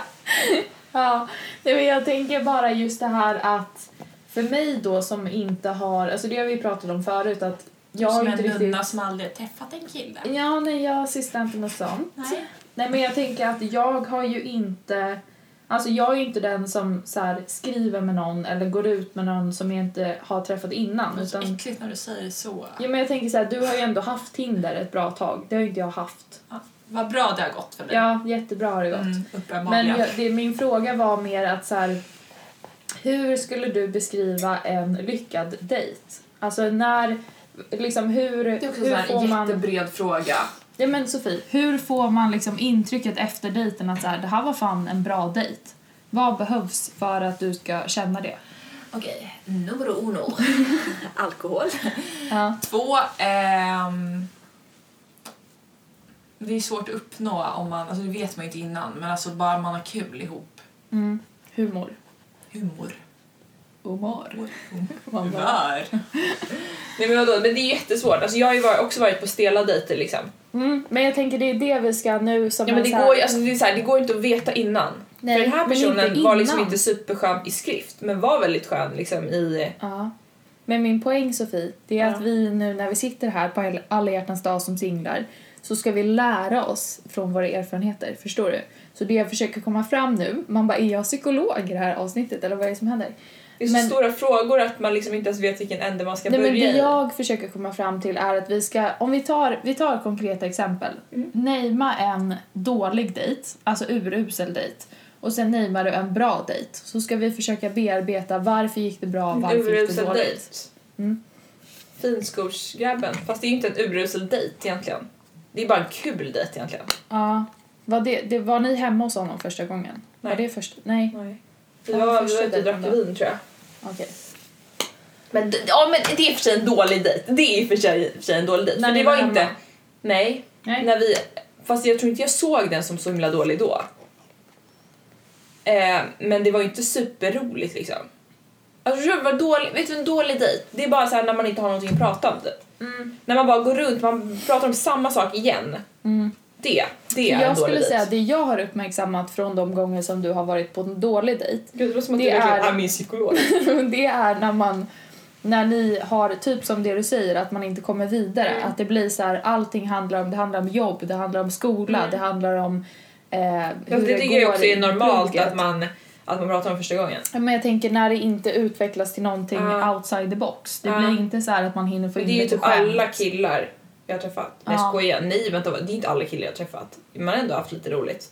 S1: Ja, nej, men jag tänker bara just det här att för mig då som inte har, alltså det har vi pratat om förut att jag har
S4: som
S1: inte
S4: en
S1: riktigt...
S4: nunna som aldrig har träffat en kille.
S1: Ja, nej jag sysslar inte med sånt.
S4: Nej.
S1: Nej men jag tänker att jag har ju inte, alltså jag är ju inte den som så här, skriver med någon eller går ut med någon som jag inte har träffat innan.
S4: Så
S1: Utan,
S4: äckligt när du säger det så.
S1: ja, men jag tänker så här, du har ju ändå haft Tinder ett bra tag, det har ju inte jag haft.
S4: Vad bra det har gått för dig.
S1: Ja, jättebra har det gått.
S4: Mm,
S1: Men
S4: uppenbarligen.
S1: jag, det, min fråga var mer att så här, hur skulle du beskriva en lyckad dejt? Alltså när, liksom hur,
S4: det är också
S1: hur
S4: så här
S1: får
S4: en
S1: man...
S4: jättebred fråga.
S1: Ja men Sofie,
S6: Hur får man liksom intrycket efter dejten att så här, det här var fan en bra dejt? Vad behövs för att du ska känna det?
S4: Okej, nummer uno. Alkohol.
S6: Ja.
S4: Två, ehm, det är svårt att uppnå om man, alltså det vet man ju inte innan, men alltså bara man har kul ihop.
S1: Mm.
S6: Humor.
S4: Humor.
S6: Humor.
S4: Humör. Nej men vadå, men det är jättesvårt. Alltså jag har ju var- också varit på stela dejter liksom.
S1: mm, men jag tänker det är det vi ska nu som
S4: Ja men
S1: är
S4: det
S1: så här-
S4: går ju alltså, det är så här, det går inte att veta innan.
S1: Nej,
S4: För den här
S1: men inte
S4: personen var liksom
S1: innan.
S4: inte superskön i skrift men var väldigt skön liksom i...
S1: Ja. Men min poäng Sofie, det är att vi nu när vi sitter här på alla hjärtans dag som singlar så ska vi lära oss från våra erfarenheter, förstår du? Så det jag försöker komma fram nu, man bara är jag psykolog i det här avsnittet eller vad är det som händer?
S4: Det är så
S1: Men-
S4: stora frågor att man liksom inte ens vet vilken ände man ska
S1: Nej, men
S4: börja
S1: det
S4: i.
S1: jag försöker komma fram till är att vi ska, om vi tar, vi tar konkreta exempel.
S4: Mm.
S1: Namea en dålig dejt, alltså urusel dejt. Och sen namear du en bra dejt. Så ska vi försöka bearbeta varför gick det bra, varför gick det
S4: Urusel
S1: dåligt.
S4: dejt. Mm. Finskorsgrabben. Fast det är ju inte en urusel dejt egentligen. Det är bara en kul dejt egentligen.
S1: Ja. Var, det, det, var ni hemma hos honom första gången?
S4: Nej.
S1: Var det första? Nej.
S4: Nej. Vi
S1: Ja,
S4: var, vi
S1: första
S4: var ute och
S1: dejten
S4: drack
S1: då.
S4: vin tror jag.
S1: Okej.
S4: Men, d- ja, men det är i och för sig en dålig dejt. Det är i och för sig, för sig en dålig dejt.
S1: När
S4: För
S1: ni
S4: det
S1: var
S4: var
S1: hemma?
S4: inte... Nej.
S1: Nej.
S4: När vi, fast jag tror inte jag såg den som så himla dålig då. Eh, men det var ju inte superroligt liksom. Alltså, förstår du, det var dålig, vet du, en dålig dejt. Det är bara så här när man inte har någonting att prata om. Typ.
S1: Mm.
S4: När man bara går runt man pratar om samma sak igen. Det, det är en
S1: Mm. Jag
S4: dålig
S1: skulle
S4: dejt.
S1: säga att det jag har uppmärksammat från de gånger som du har varit på en dålig dejt
S4: Gud, det låter som att
S1: det
S4: du verkligen
S1: är-
S4: är min psykolog.
S1: det är när man när ni har, typ som det du säger, att man inte kommer vidare.
S4: Mm.
S1: Att det blir så här, allting handlar om, det handlar om jobb, det handlar om skola, det handlar om eh, hur
S4: Mm. Fast det tycker jag också
S1: i
S4: är normalt
S1: plugget.
S4: att man, att man pratar om första gången.
S1: Ja, Men jag tänker när det inte utvecklas till någonting
S4: Ja.
S1: outside the box. Det
S4: Ja.
S1: blir inte så här att man hinner få
S4: Men
S1: in
S4: det är ju
S1: lite
S4: typ
S1: skämt.
S4: alla killar jag har träffat. Nej
S1: Ja.
S4: jag skojar, nej vänta det är inte alla killar jag har träffat. Man har ändå haft lite roligt.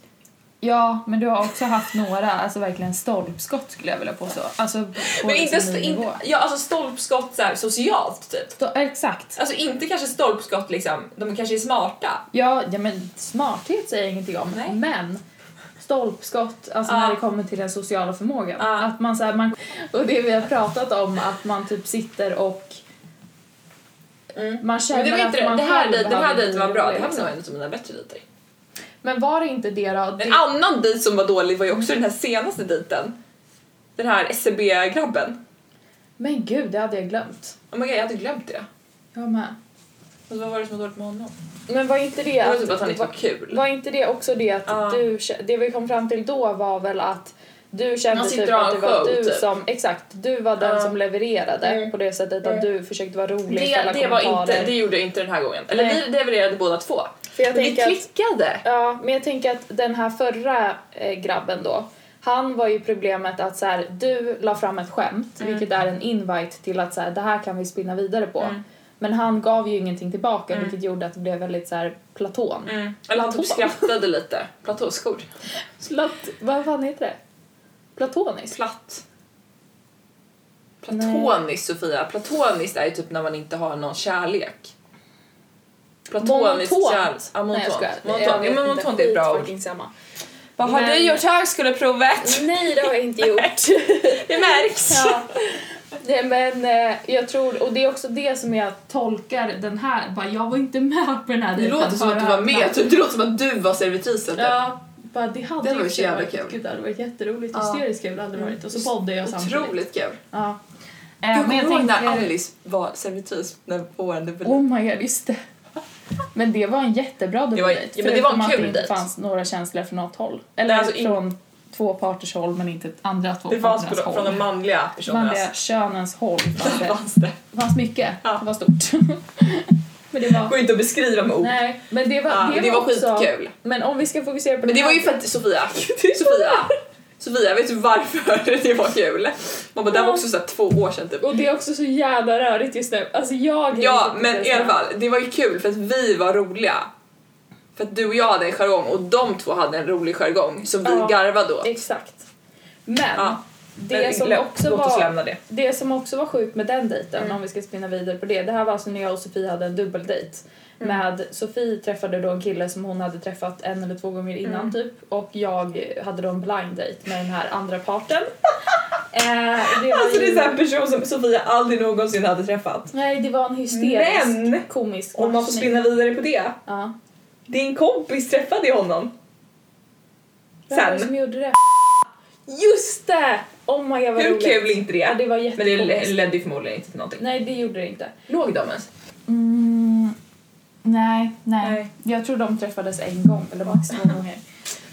S1: Ja, men du har också haft några, alltså verkligen stolpskott skulle jag vilja påstå. Alltså på
S4: Men inte,
S1: liksom ny
S4: st- inte
S1: nivå.
S4: ja, alltså stolpskott så här, socialt typ.
S1: Då- Exakt.
S4: Alltså inte kanske stolpskott liksom, de kanske är smarta.
S1: Ja, ja men smarthet säger jag ingenting om.
S4: Nej.
S1: Men stolpskott, alltså
S4: Ja.
S1: när det kommer till den sociala förmågan.
S4: Ja.
S1: Att man så här, man, och det vi har pratat om, att man typ sitter och
S4: Mm.
S1: man
S4: Men
S1: känner
S4: det var inte
S1: att man
S4: det. Det här,
S1: själv
S4: dejt- den här
S1: behöver
S4: dejten var
S1: bli
S4: bra, det
S1: rolig,
S4: här
S1: liksom.
S4: var nog en av mina bättre dejter.
S1: Men var det inte det då? Det,
S4: En annan dejt som var dålig var ju också den här senaste dejten. Den här SCB-grabben.
S1: men gud, det hade jag glömt.
S4: Oh my god, jag hade glömt det.
S1: Jag med.
S4: Alltså, vad var det som var dåligt med honom?
S1: Men var inte det
S4: Det var
S1: att,
S4: typ att han inte
S1: var,
S4: var kul.
S1: var inte det också det att
S4: Ja.
S1: du, kä- det vi kom fram till då var väl att du kände
S4: Man sitter
S1: typ
S4: och har
S1: att det
S4: en
S1: var
S4: show,
S1: du
S4: typ.
S1: som, exakt, du var den
S4: Ja.
S1: som levererade
S4: Mm.
S1: på det sättet att
S4: Mm.
S1: du försökte vara rolig
S4: Det,
S1: ställa
S4: det, var
S1: kommentarer.
S4: inte, det gjorde jag inte den här gången. Eller
S1: Nej.
S4: vi levererade båda två.
S1: För jag
S4: Men vi
S1: tänker att,
S4: klickade!
S1: ja, men jag tänker att den här förra eh, grabben då, han var ju problemet att så här, du la fram ett skämt, vilket är en invite till att så här, det här kan vi spinna vidare på.
S4: Mm.
S1: Men han gav ju ingenting tillbaka
S4: Mm.
S1: vilket gjorde att det blev väldigt så här platon.
S4: Eller han typ skrattade lite. Platåskor.
S1: Plat, vad fan heter det? Platoniskt?
S4: Platt. Platoniskt Sofia. Platoniskt är ju typ när man inte har någon kärlek. Platonisk
S1: Monotont.
S4: kärlek.
S1: Nej
S4: Ja,
S1: jag
S4: monotont.
S1: skojar.
S4: Monotont.
S1: Jag
S4: Ja,
S1: vet
S4: men
S1: inte.
S4: monotont är ett bra ord.
S1: Skitfucking samma.
S3: Vad har
S1: Men-
S3: du gjort högskoleprovet?
S1: Nej det har jag inte gjort.
S3: Det märks!
S1: Ja. Nej, men eh, jag tror, och det är också det som jag tolkar den här, bara jag var inte med på den här
S7: Det
S1: dejten
S7: låter som
S1: förra
S7: att du var
S1: veckan.
S7: med, typ. det låter som att du var servitrisen. typ.
S1: Ja, bara det hade
S7: Det var
S1: ju
S7: så jävla
S1: varit-
S7: kul.
S1: Gud det hade varit jätteroligt,
S7: Ja.
S1: hysteriskt kul hade det varit. Och så poddade jag samtidigt.
S7: Otroligt kul.
S1: Ja.
S7: Du
S1: Eh, men
S7: kommer
S1: jag
S7: ihåg när
S1: tänker,
S7: Annelies var servitris när- på våran dubbel?
S1: oh my god just det. Men det var en jättebra
S2: var-
S1: dubbeldejt.
S2: ja, men det var en
S1: förutom att
S2: kul
S1: det inte
S2: dejt.
S1: fanns några känslor från något håll. Eller
S2: Nej, alltså in-
S1: från två parters håll men inte andra två
S2: Det fanns
S1: parters
S2: på-
S1: håll.
S2: från de manliga personerna.
S1: Manliga könens håll fanns det.
S2: Fanns det.
S1: Det fanns mycket.
S2: Ja.
S1: Det var stort. men det var...
S2: Går inte att beskriva med ord.
S1: Nej, men det var,
S3: Ah,
S7: Ja,
S1: det
S7: det
S1: var,
S7: var
S1: också...
S7: skitkul.
S1: Men om vi ska fokusera på
S7: Men det
S1: här-
S7: var ju för att Sofia, Sofia, Sofia vet du varför det var kul? Man bara, det här var också såhär två år sedan typ.
S1: Och det är också så jävla rörigt just nu. Alltså jag... är
S7: Ja
S1: inte
S7: men
S1: precis
S7: i alla
S1: så här.
S7: fall, det var ju kul för att vi var roliga. För att du och jag hade en jargong och de två hade en rolig jargong som vi
S1: Ja.
S7: garvade åt.
S1: Exakt. Men
S7: Ja.
S1: det
S2: Men
S1: som
S2: lä-
S1: också
S2: Låt oss
S1: var...
S2: lämna det.
S1: Det som också var sjukt med den dejten,
S4: Mm.
S1: om vi ska spinna vidare på det, det här var alltså när jag och Sofie hade en dubbeldejt.
S4: Mm.
S1: Med Sofie träffade då en kille som hon hade träffat en eller två gånger innan
S4: Mm.
S1: typ och jag hade då en blind date med den här andra parten. eh, det var
S4: Alltså det
S1: ju-
S4: är en person som Sofia aldrig någonsin hade träffat.
S1: Nej, det var en hysterisk
S4: Men,
S1: komisk
S4: Om man får
S1: matchning.
S4: spinna vidare på det.
S1: Ja.
S4: Din kompis träffade ju honom.
S1: Vem var det
S4: Sen.
S1: som gjorde det?
S4: Just det!
S1: Oh my god vad
S4: Hur
S1: roligt.
S4: kul är inte
S1: Ja,
S4: det?
S1: det var
S4: Men det
S1: jättekomiskt.
S4: le- ledde ju förmodligen inte till någonting.
S1: Nej, det gjorde det inte.
S4: Låg de ens?
S1: Mm, nej, nej,
S4: Nej.
S1: Jag tror de träffades en gång, eller max två gånger.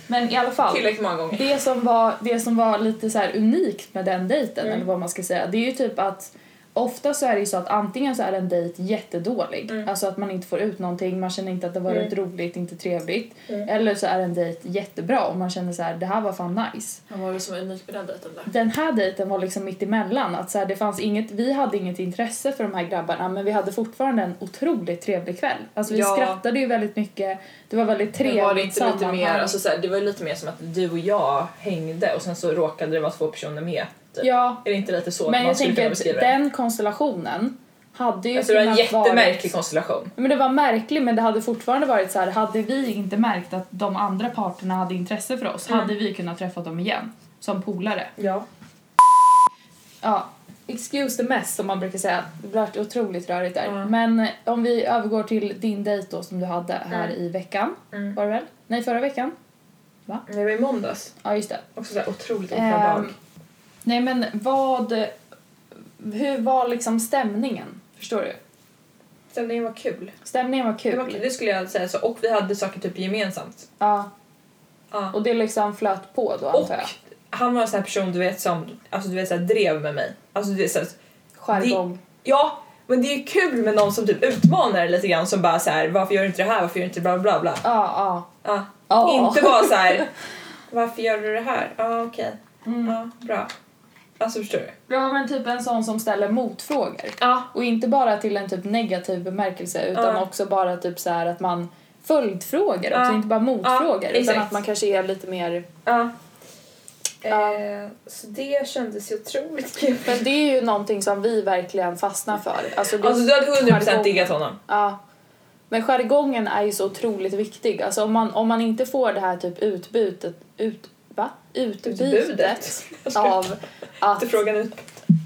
S1: Men i alla fall.
S4: Tillräckligt många gånger.
S1: Det som var, det som var lite så här unikt med den dejten,
S4: Mm.
S1: eller vad man ska säga, det är ju typ att ofta så är det ju så att antingen så är en dejt jättedålig,
S4: Mm.
S1: alltså att man inte får ut någonting, man känner inte att det var varit roligt, inte trevligt.
S4: Mm.
S1: Eller så är en dejt jättebra och man känner så här, det här var fan nice.
S7: Vad var det som var unikt med den dejten där?
S1: den här dejten var liksom mitt emellan. Att så här, det fanns inget, vi hade inget intresse för de här grabbarna men vi hade fortfarande en otroligt trevlig kväll. Alltså vi
S7: Ja.
S1: skrattade ju väldigt mycket. Det var väldigt
S2: Det
S1: trevligt
S2: var det inte lite
S1: sammanhang.
S2: mer, alltså såhär, det var ju lite mer som att du och jag hängde och sen så råkade det vara två personer med. Typ.
S1: Ja,
S2: Är det inte lite så
S1: men
S2: man
S1: jag
S2: skulle
S1: tänker
S2: kunna
S1: att
S2: beskriva det?
S1: den konstellationen hade ju
S2: Alltså det var en
S1: kunnat vara-
S2: jättemärklig konstellation.
S1: Men det var märkligt men det hade fortfarande varit så här hade vi inte märkt att de andra parterna hade intresse för oss
S2: Mm.
S1: hade vi kunnat träffa dem igen som polare.
S2: Ja.
S1: ja, excuse the mess som man brukar säga. Det blev otroligt rörigt där. Men eh, om vi övergår till din dejt då som du hade här i veckan.
S2: Mm.
S1: Var det väl? Nej, förra veckan.
S4: Det var i måndags.
S1: Ja, just det.
S4: Också såhär otroligt
S1: Ehm,
S4: öppna dag.
S1: nej, men vad... Hur var liksom stämningen? Förstår du?
S4: Stämningen var kul.
S1: Stämningen var kul.
S4: Det, var, kul, det skulle jag säga så. Och vi hade saker typ gemensamt.
S1: Ja.
S4: Ja.
S1: Och det liksom flöt på då,
S4: Och
S1: antar jag?
S4: han var en sån här person du vet som alltså, du vet, så här, drev med mig. Alltså, du vet, så här,
S1: Jargong.
S4: ja, men det är ju kul med någon som typ utmanar en lite grann som bara så här, varför gör du inte det här, varför gör du inte bla bla bla.
S1: Ja, ja.
S4: Ja.
S1: Ja.
S4: Inte bara så här. varför gör du det här? Ja ah, okej,
S1: Mm.
S4: ja bra. Alltså förstår du?
S1: Ja, men typ en sån som ställer motfrågor.
S4: Ja.
S1: Och inte bara till en typ negativ bemärkelse utan
S4: Ja.
S1: också bara typ så här att man följdfrågor också,
S4: Ja.
S1: inte bara motfrågor. utan
S4: exakt.
S1: att man kanske är lite mer...
S4: Ja.
S1: Ja.
S4: Eh, så det kändes ju otroligt kul.
S1: Men det är ju någonting som vi verkligen fastnar för. Alltså, det...
S4: Alltså du hade 100%
S1: Jargong.
S4: diggat honom.
S1: ja. Men jargongen är ju så otroligt viktig. Alltså om man, om man inte får det här typ utbytet... Ut, va? Utbytet
S4: Utbudet.
S1: av att...
S4: Inte frågan ut.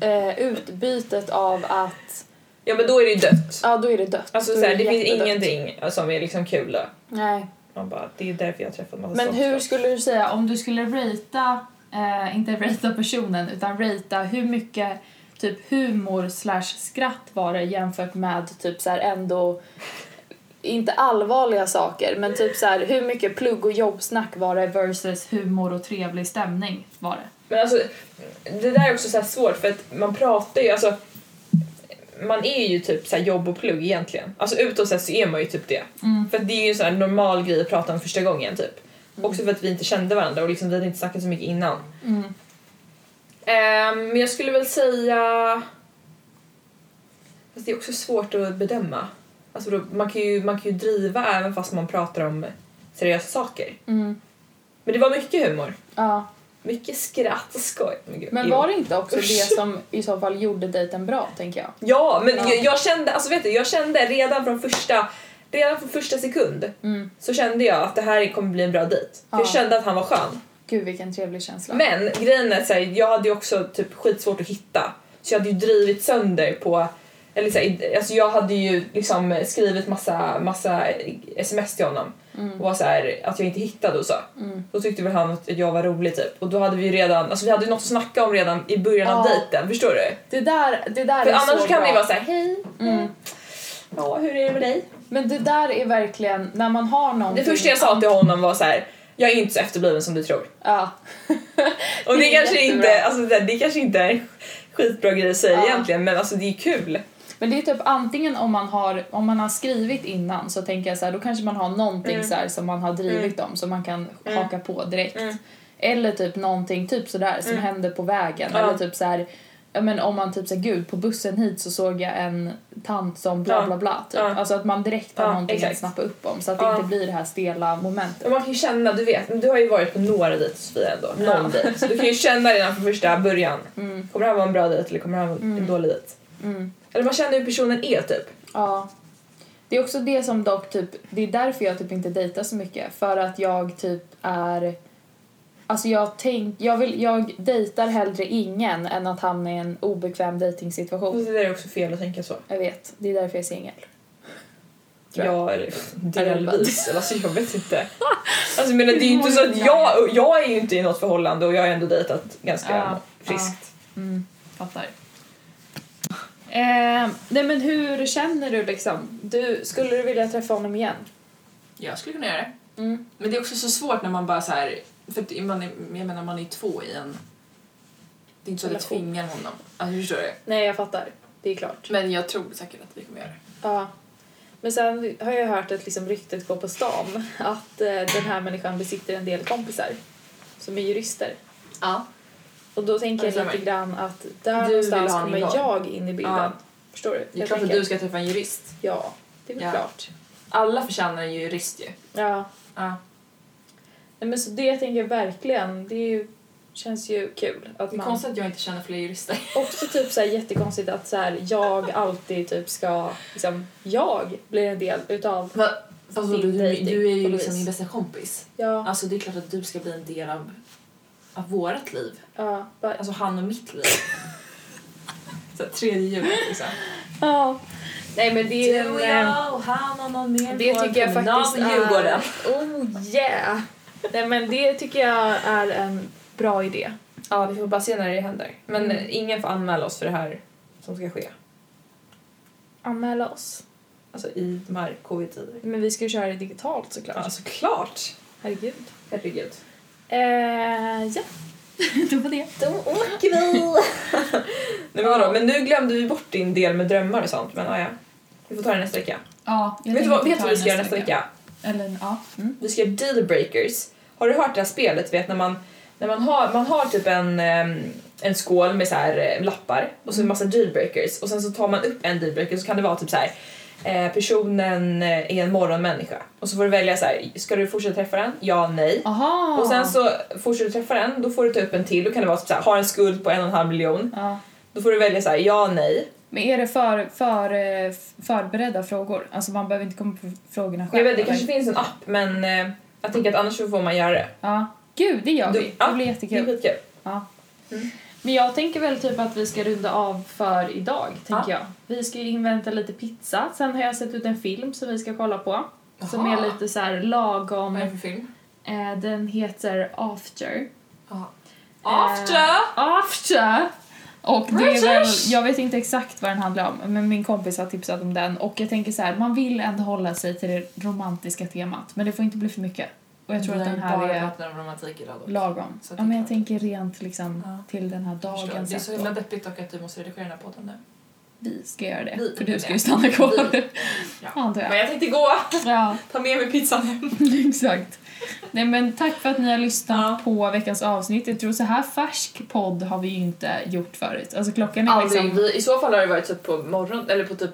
S1: Eh, utbytet av att...
S4: Ja men då är det ju
S6: Mm.
S4: dött.
S1: Ja, då är det dött.
S4: Alltså
S1: Då är
S4: såhär, det finns
S1: jättedött.
S4: ingenting som är liksom kul då.
S1: Nej.
S4: Man bara, det är därför jag har träffat massa
S6: Men
S4: sånt
S6: hur
S4: folk.
S6: skulle du säga om du skulle rata, eh, inte rata personen utan rata hur mycket typ humor slash skratt var det jämfört med typ så här ändå
S1: inte allvarliga saker men typ så här, hur mycket plugg och jobbsnack var det versus humor och trevlig stämning var det?
S4: Men alltså, det där är också så här svårt för att man pratar ju, alltså man är ju typ så här jobb och plugg egentligen. Alltså utåt sett så är man ju typ det. För att det är ju en sån här normal grej att prata om första gången typ. Också för att vi inte kände varandra och liksom vi hade inte snackat så mycket innan.
S1: Mm,
S4: Ehm, men jag skulle väl säga... Fast det är också svårt att bedöma. Alltså då, man, kan ju, man kan ju driva även fast man pratar om seriösa saker. Men det var mycket humor.
S1: mm, Ja.
S4: Mycket skratt och skoj. Men, gud,
S1: Men
S4: jo.
S1: var det inte också
S4: Usch.
S1: det som i så fall gjorde dejten bra tänker jag?
S4: Ja, men
S1: Ja.
S4: Jag, jag kände alltså vet du, jag kände redan från första redan från första sekund
S1: Mm.
S4: så kände jag att det här kommer bli en bra dejt. För jag kände att han var skön.
S1: Gud vilken trevlig känsla.
S4: Men grejen är att så här, jag hade ju också typ skitsvårt att hitta. Så jag hade ju drivit sönder på... Eller så här, alltså jag hade ju liksom skrivit massa, massa sms till honom
S6: Mm.
S4: och var så här, att jag inte hittade och så.
S1: Mm.
S4: Då tyckte väl han att jag var rolig typ. Och då hade vi ju redan, alltså vi hade ju något att snacka om redan i början av
S1: Ja.
S4: dejten, förstår du?
S1: Det där, det där
S4: För
S1: är
S4: annars
S1: så
S4: kan
S1: bra. Mm.
S4: vi vara så här, hej. hej. Ja, hur är det med dig?
S1: Men det där är verkligen när man har någonting.
S4: Det första jag sa till honom var så här, jag är inte så efterbliven som du tror.
S1: Ja.
S4: Och det,
S1: Det är
S4: kanske
S1: jättebra.
S4: inte, alltså det, det kanske inte är skitbra grej att säga
S1: Ja.
S4: egentligen men alltså det är kul.
S1: Men det är typ antingen om man har, om man har skrivit innan så tänker jag så här, då kanske man har någonting
S4: Mm.
S1: så här som man har drivit om som man kan haka på direkt.
S4: Mm.
S1: Eller typ någonting typ sådär som händer på vägen.
S4: Ja.
S1: Eller typ så här, ja men om man typ säger gud på bussen hit så såg jag en tant som
S4: Ja.
S1: bla bla bla. Typ.
S4: Ja.
S1: Alltså att man direkt har
S4: Ja,
S1: någonting
S4: exakt.
S1: att snappa upp om så att
S4: Ja.
S1: det inte blir det här stela momentet.
S4: Och man kan ju känna, du vet, men du har ju varit på några dejter Sofia ändå, någon dejt. Så du kan ju känna redan från första början,
S1: Mm,
S4: kommer det här vara en bra dejt eller kommer det här vara
S2: Mm.
S4: en dålig dejt? Eller man känner hur personen är typ.
S1: Ja. Det är också det som dock typ, det är därför jag typ inte dejtar så mycket. För att jag typ är, alltså jag tänk, jag vill, jag dejtar hellre ingen än att hamna i en obekväm
S4: Och
S1: dejtingsituation.
S4: det är också fel att tänka så.
S1: Jag vet, det är därför jag är singel. Tror jag.
S4: Ja, eller pff,
S1: relevant.
S4: delvis. eller, Alltså jag vet inte. Alltså men det är ju inte så att jag, jag är ju inte i något förhållande och jag har ändå dejtat ganska
S6: Ja,
S4: friskt.
S1: Mm,
S6: Fattar.
S1: Eh, nej men hur känner du liksom? Du, skulle du vilja träffa honom igen?
S2: Jag skulle kunna göra det.
S1: Mm.
S2: Men det är också så svårt när man bara så här, för att man är, jag menar man är två i en... Det är inte så att jag
S1: Relation.
S2: tvingar honom. Alltså, förstår du?
S1: Nej jag fattar, det är klart.
S2: Men jag tror säkert att vi kommer göra det.
S1: Ja. Men sen har jag hört att liksom ryktet går på stan att eh, den här människan besitter en del kompisar som är jurister.
S2: Ja.
S1: Och då tänker
S2: Alltså,
S1: jag lite grann att där
S2: Du vill
S1: någonstans
S2: ha en
S1: kommer
S2: ingång.
S1: jag in i bilden.
S2: Ja.
S1: Förstår du?
S2: Det är
S1: Jag
S2: klart att
S1: tänker-
S2: du ska träffa en jurist.
S1: Ja, det är väl
S2: Ja.
S1: klart.
S2: Alla förtjänar en jurist ju.
S1: Ja.
S2: Ja.
S1: Nej, men så det tänker jag verkligen. Det är ju, känns ju kul att
S2: Det är
S1: man...
S2: konstigt att jag inte känner fler jurister.
S1: Också typ så här jättekonstigt att så här, jag alltid typ ska... Liksom, jag blir en del utav...
S2: Fast
S1: Din
S2: Alltså, du, du,
S1: dejting,
S2: du är ju
S1: på
S2: liksom
S1: vis.
S2: min bästa kompis.
S1: Ja,
S2: Alltså det är klart att du ska bli en del av, av vårat liv.
S1: ja, bara,
S2: Alltså han och mitt liv. Så här, tredje hjulet liksom.
S1: ja. Nej men det är
S2: Du
S1: en,
S2: och
S1: eh,
S2: jag och han och någon mer
S1: Det
S2: på en
S1: tycker jag
S2: promenad
S1: faktiskt
S2: vid Djurgården.
S1: är... Oh yeah! Nej men det tycker jag är en bra idé.
S4: Ja, vi får bara se när det händer. Men
S2: Mm.
S4: eh, ingen får anmäla oss för det här som ska ske.
S1: Anmäla oss.
S4: Alltså i de här covid-tider.
S1: Men vi ska ju köra det digitalt såklart.
S4: Ja, såklart!
S1: Herregud.
S4: Herregud.
S1: Eh, ja. oh. det var det.
S4: Då åker vi! Nej, men, vadå? men nu glömde vi bort din del med drömmar och sånt, men ah, ja. Vi får ta det nästa vecka.
S6: Ja, jag
S4: vet du
S6: tänkte
S4: vad,
S6: ta
S4: vet du vad vi
S6: det
S4: ska göra nästa vecka?
S6: Eller, ja. Mm.
S4: Vi ska göra dealbreakers. Har du hört det här spelet? Vet, när man, när man, har, man har typ en, ehm, en skål med så här eh, lappar och så
S2: Mm.
S4: en massa dealbreakers och sen så tar man upp en dealbreaker så kan det vara typ så här eh, personen eh, är en morgonmänniska och så får du välja så här ska du fortsätta träffa den? Ja, nej.
S6: Aha!
S4: Och
S2: Ah.
S4: sen så fortsätter du träffa den, då får du ta upp en till. Då kan det vara typ så här, har en skuld på en och en halv miljon.
S6: Ja.
S4: Då får du välja så här, ja, nej.
S6: Men är det för, för, eh, förberedda frågor? Alltså man behöver inte komma på frågorna
S4: Jag
S6: själv?
S4: vet, det
S6: eller?
S4: kanske finns en app men eh, jag tänker att annars så får man göra det.
S6: Ja. Gud, det gör
S4: Du-
S6: vi!
S4: ja.
S6: Det blir
S4: Det är
S6: jättekul.
S4: skitkul.
S1: Men jag tänker väl typ att vi ska runda av för idag, tänker jag. Vi ska ju invänta lite pizza. Sen har jag sett ut en film som vi ska kolla på. Som
S2: Jaha.
S1: är lite så här lagom.
S2: Vad är det för film?
S1: Eh, den heter After.
S4: Eh,
S1: Eh,
S2: After!
S1: After! Och det är väl,
S2: British!
S1: jag vet inte exakt vad den handlar om, men min kompis har tipsat om den. Och jag tänker så här, man vill ändå hålla sig till det romantiska temat, men det får inte bli för mycket. Och jag tror att den här
S2: bara
S1: är
S2: pratat om romantik idag dock.
S1: lagom.
S2: Så att
S1: Ja,
S2: det
S1: men
S2: är
S1: jag
S2: klart.
S1: tänker rent liksom
S2: Ja.
S1: till den här
S2: Förstår.
S1: dagen.
S2: Det är
S1: så
S2: så
S1: att
S2: himla deppigt dock att du måste redigera den här podden nu.
S1: vi ska göra det,
S2: Vi
S1: för du
S2: gör
S1: ska
S2: det.
S1: ju stanna kvar.
S2: Vi. Ja.
S1: Antar jag.
S2: Men jag tänkte gå!
S1: Ja,
S2: Ta med mig pizzan hem.
S1: exakt. Nej, men tack för att ni har lyssnat på veckans avsnitt. Jag tror så här färsk podd har vi ju inte gjort förut. Alltså klockan är
S2: Aldrig.
S1: liksom...
S2: Vi, I så fall har det varit typ på morgon eller på typ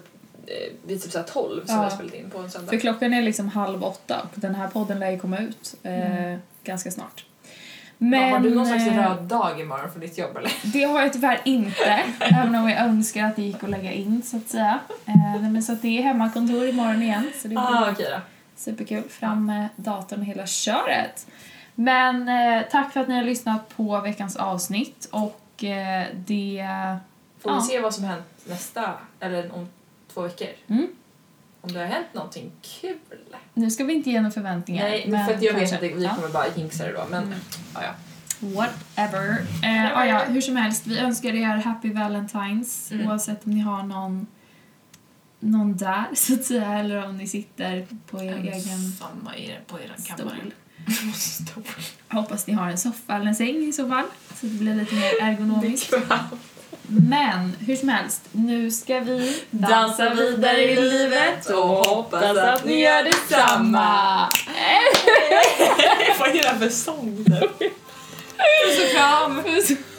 S2: eh, vid typ såhär 12 som
S1: Ja.
S2: vi har spelat in på en söndag.
S1: För
S2: Mm.
S1: klockan är liksom halv åtta och den här podden lär ju komma ut eh, ganska snart. Men,
S4: har du någon slags
S1: eh,
S4: röd dag imorgon för ditt jobb eller?
S1: Det har jag tyvärr inte, även om jag önskar att det gick att lägga in så att säga. Eh, nej, men så att det är hemmakontor imorgon igen, så det blir
S4: Ah, okej då.
S1: superkul. Fram med datorn och hela köret! Men eh, tack för att ni har lyssnat på veckans avsnitt och eh, det...
S4: Får
S1: Ja.
S4: vi se vad som hänt nästa, eller om två veckor?
S1: Mm.
S4: Om det har hänt någonting kul?
S1: Nu ska vi inte ge några förväntningar.
S4: Nej,
S1: men
S4: för att jag vet
S1: kanske.
S4: att det- vi
S1: Ja. Mm,
S4: kommer bara jinxa det då. Men ja, ja.
S1: Whatever. Eh, ah, ja, hur som helst, vi önskar er happy valentines
S4: Mm.
S1: oavsett om ni har någon, någon där så att säga eller om ni sitter på er egen
S4: Samma i det på er
S1: stol. Jag hoppas ni har en soffa eller en säng i så fall så att det blir lite mer ergonomiskt. Men hur som helst, nu ska vi
S4: Dansa vidare i livet och hoppas att ni gör detsamma.
S3: Vad är det där för sång nu?
S1: Puss och kram! Puss och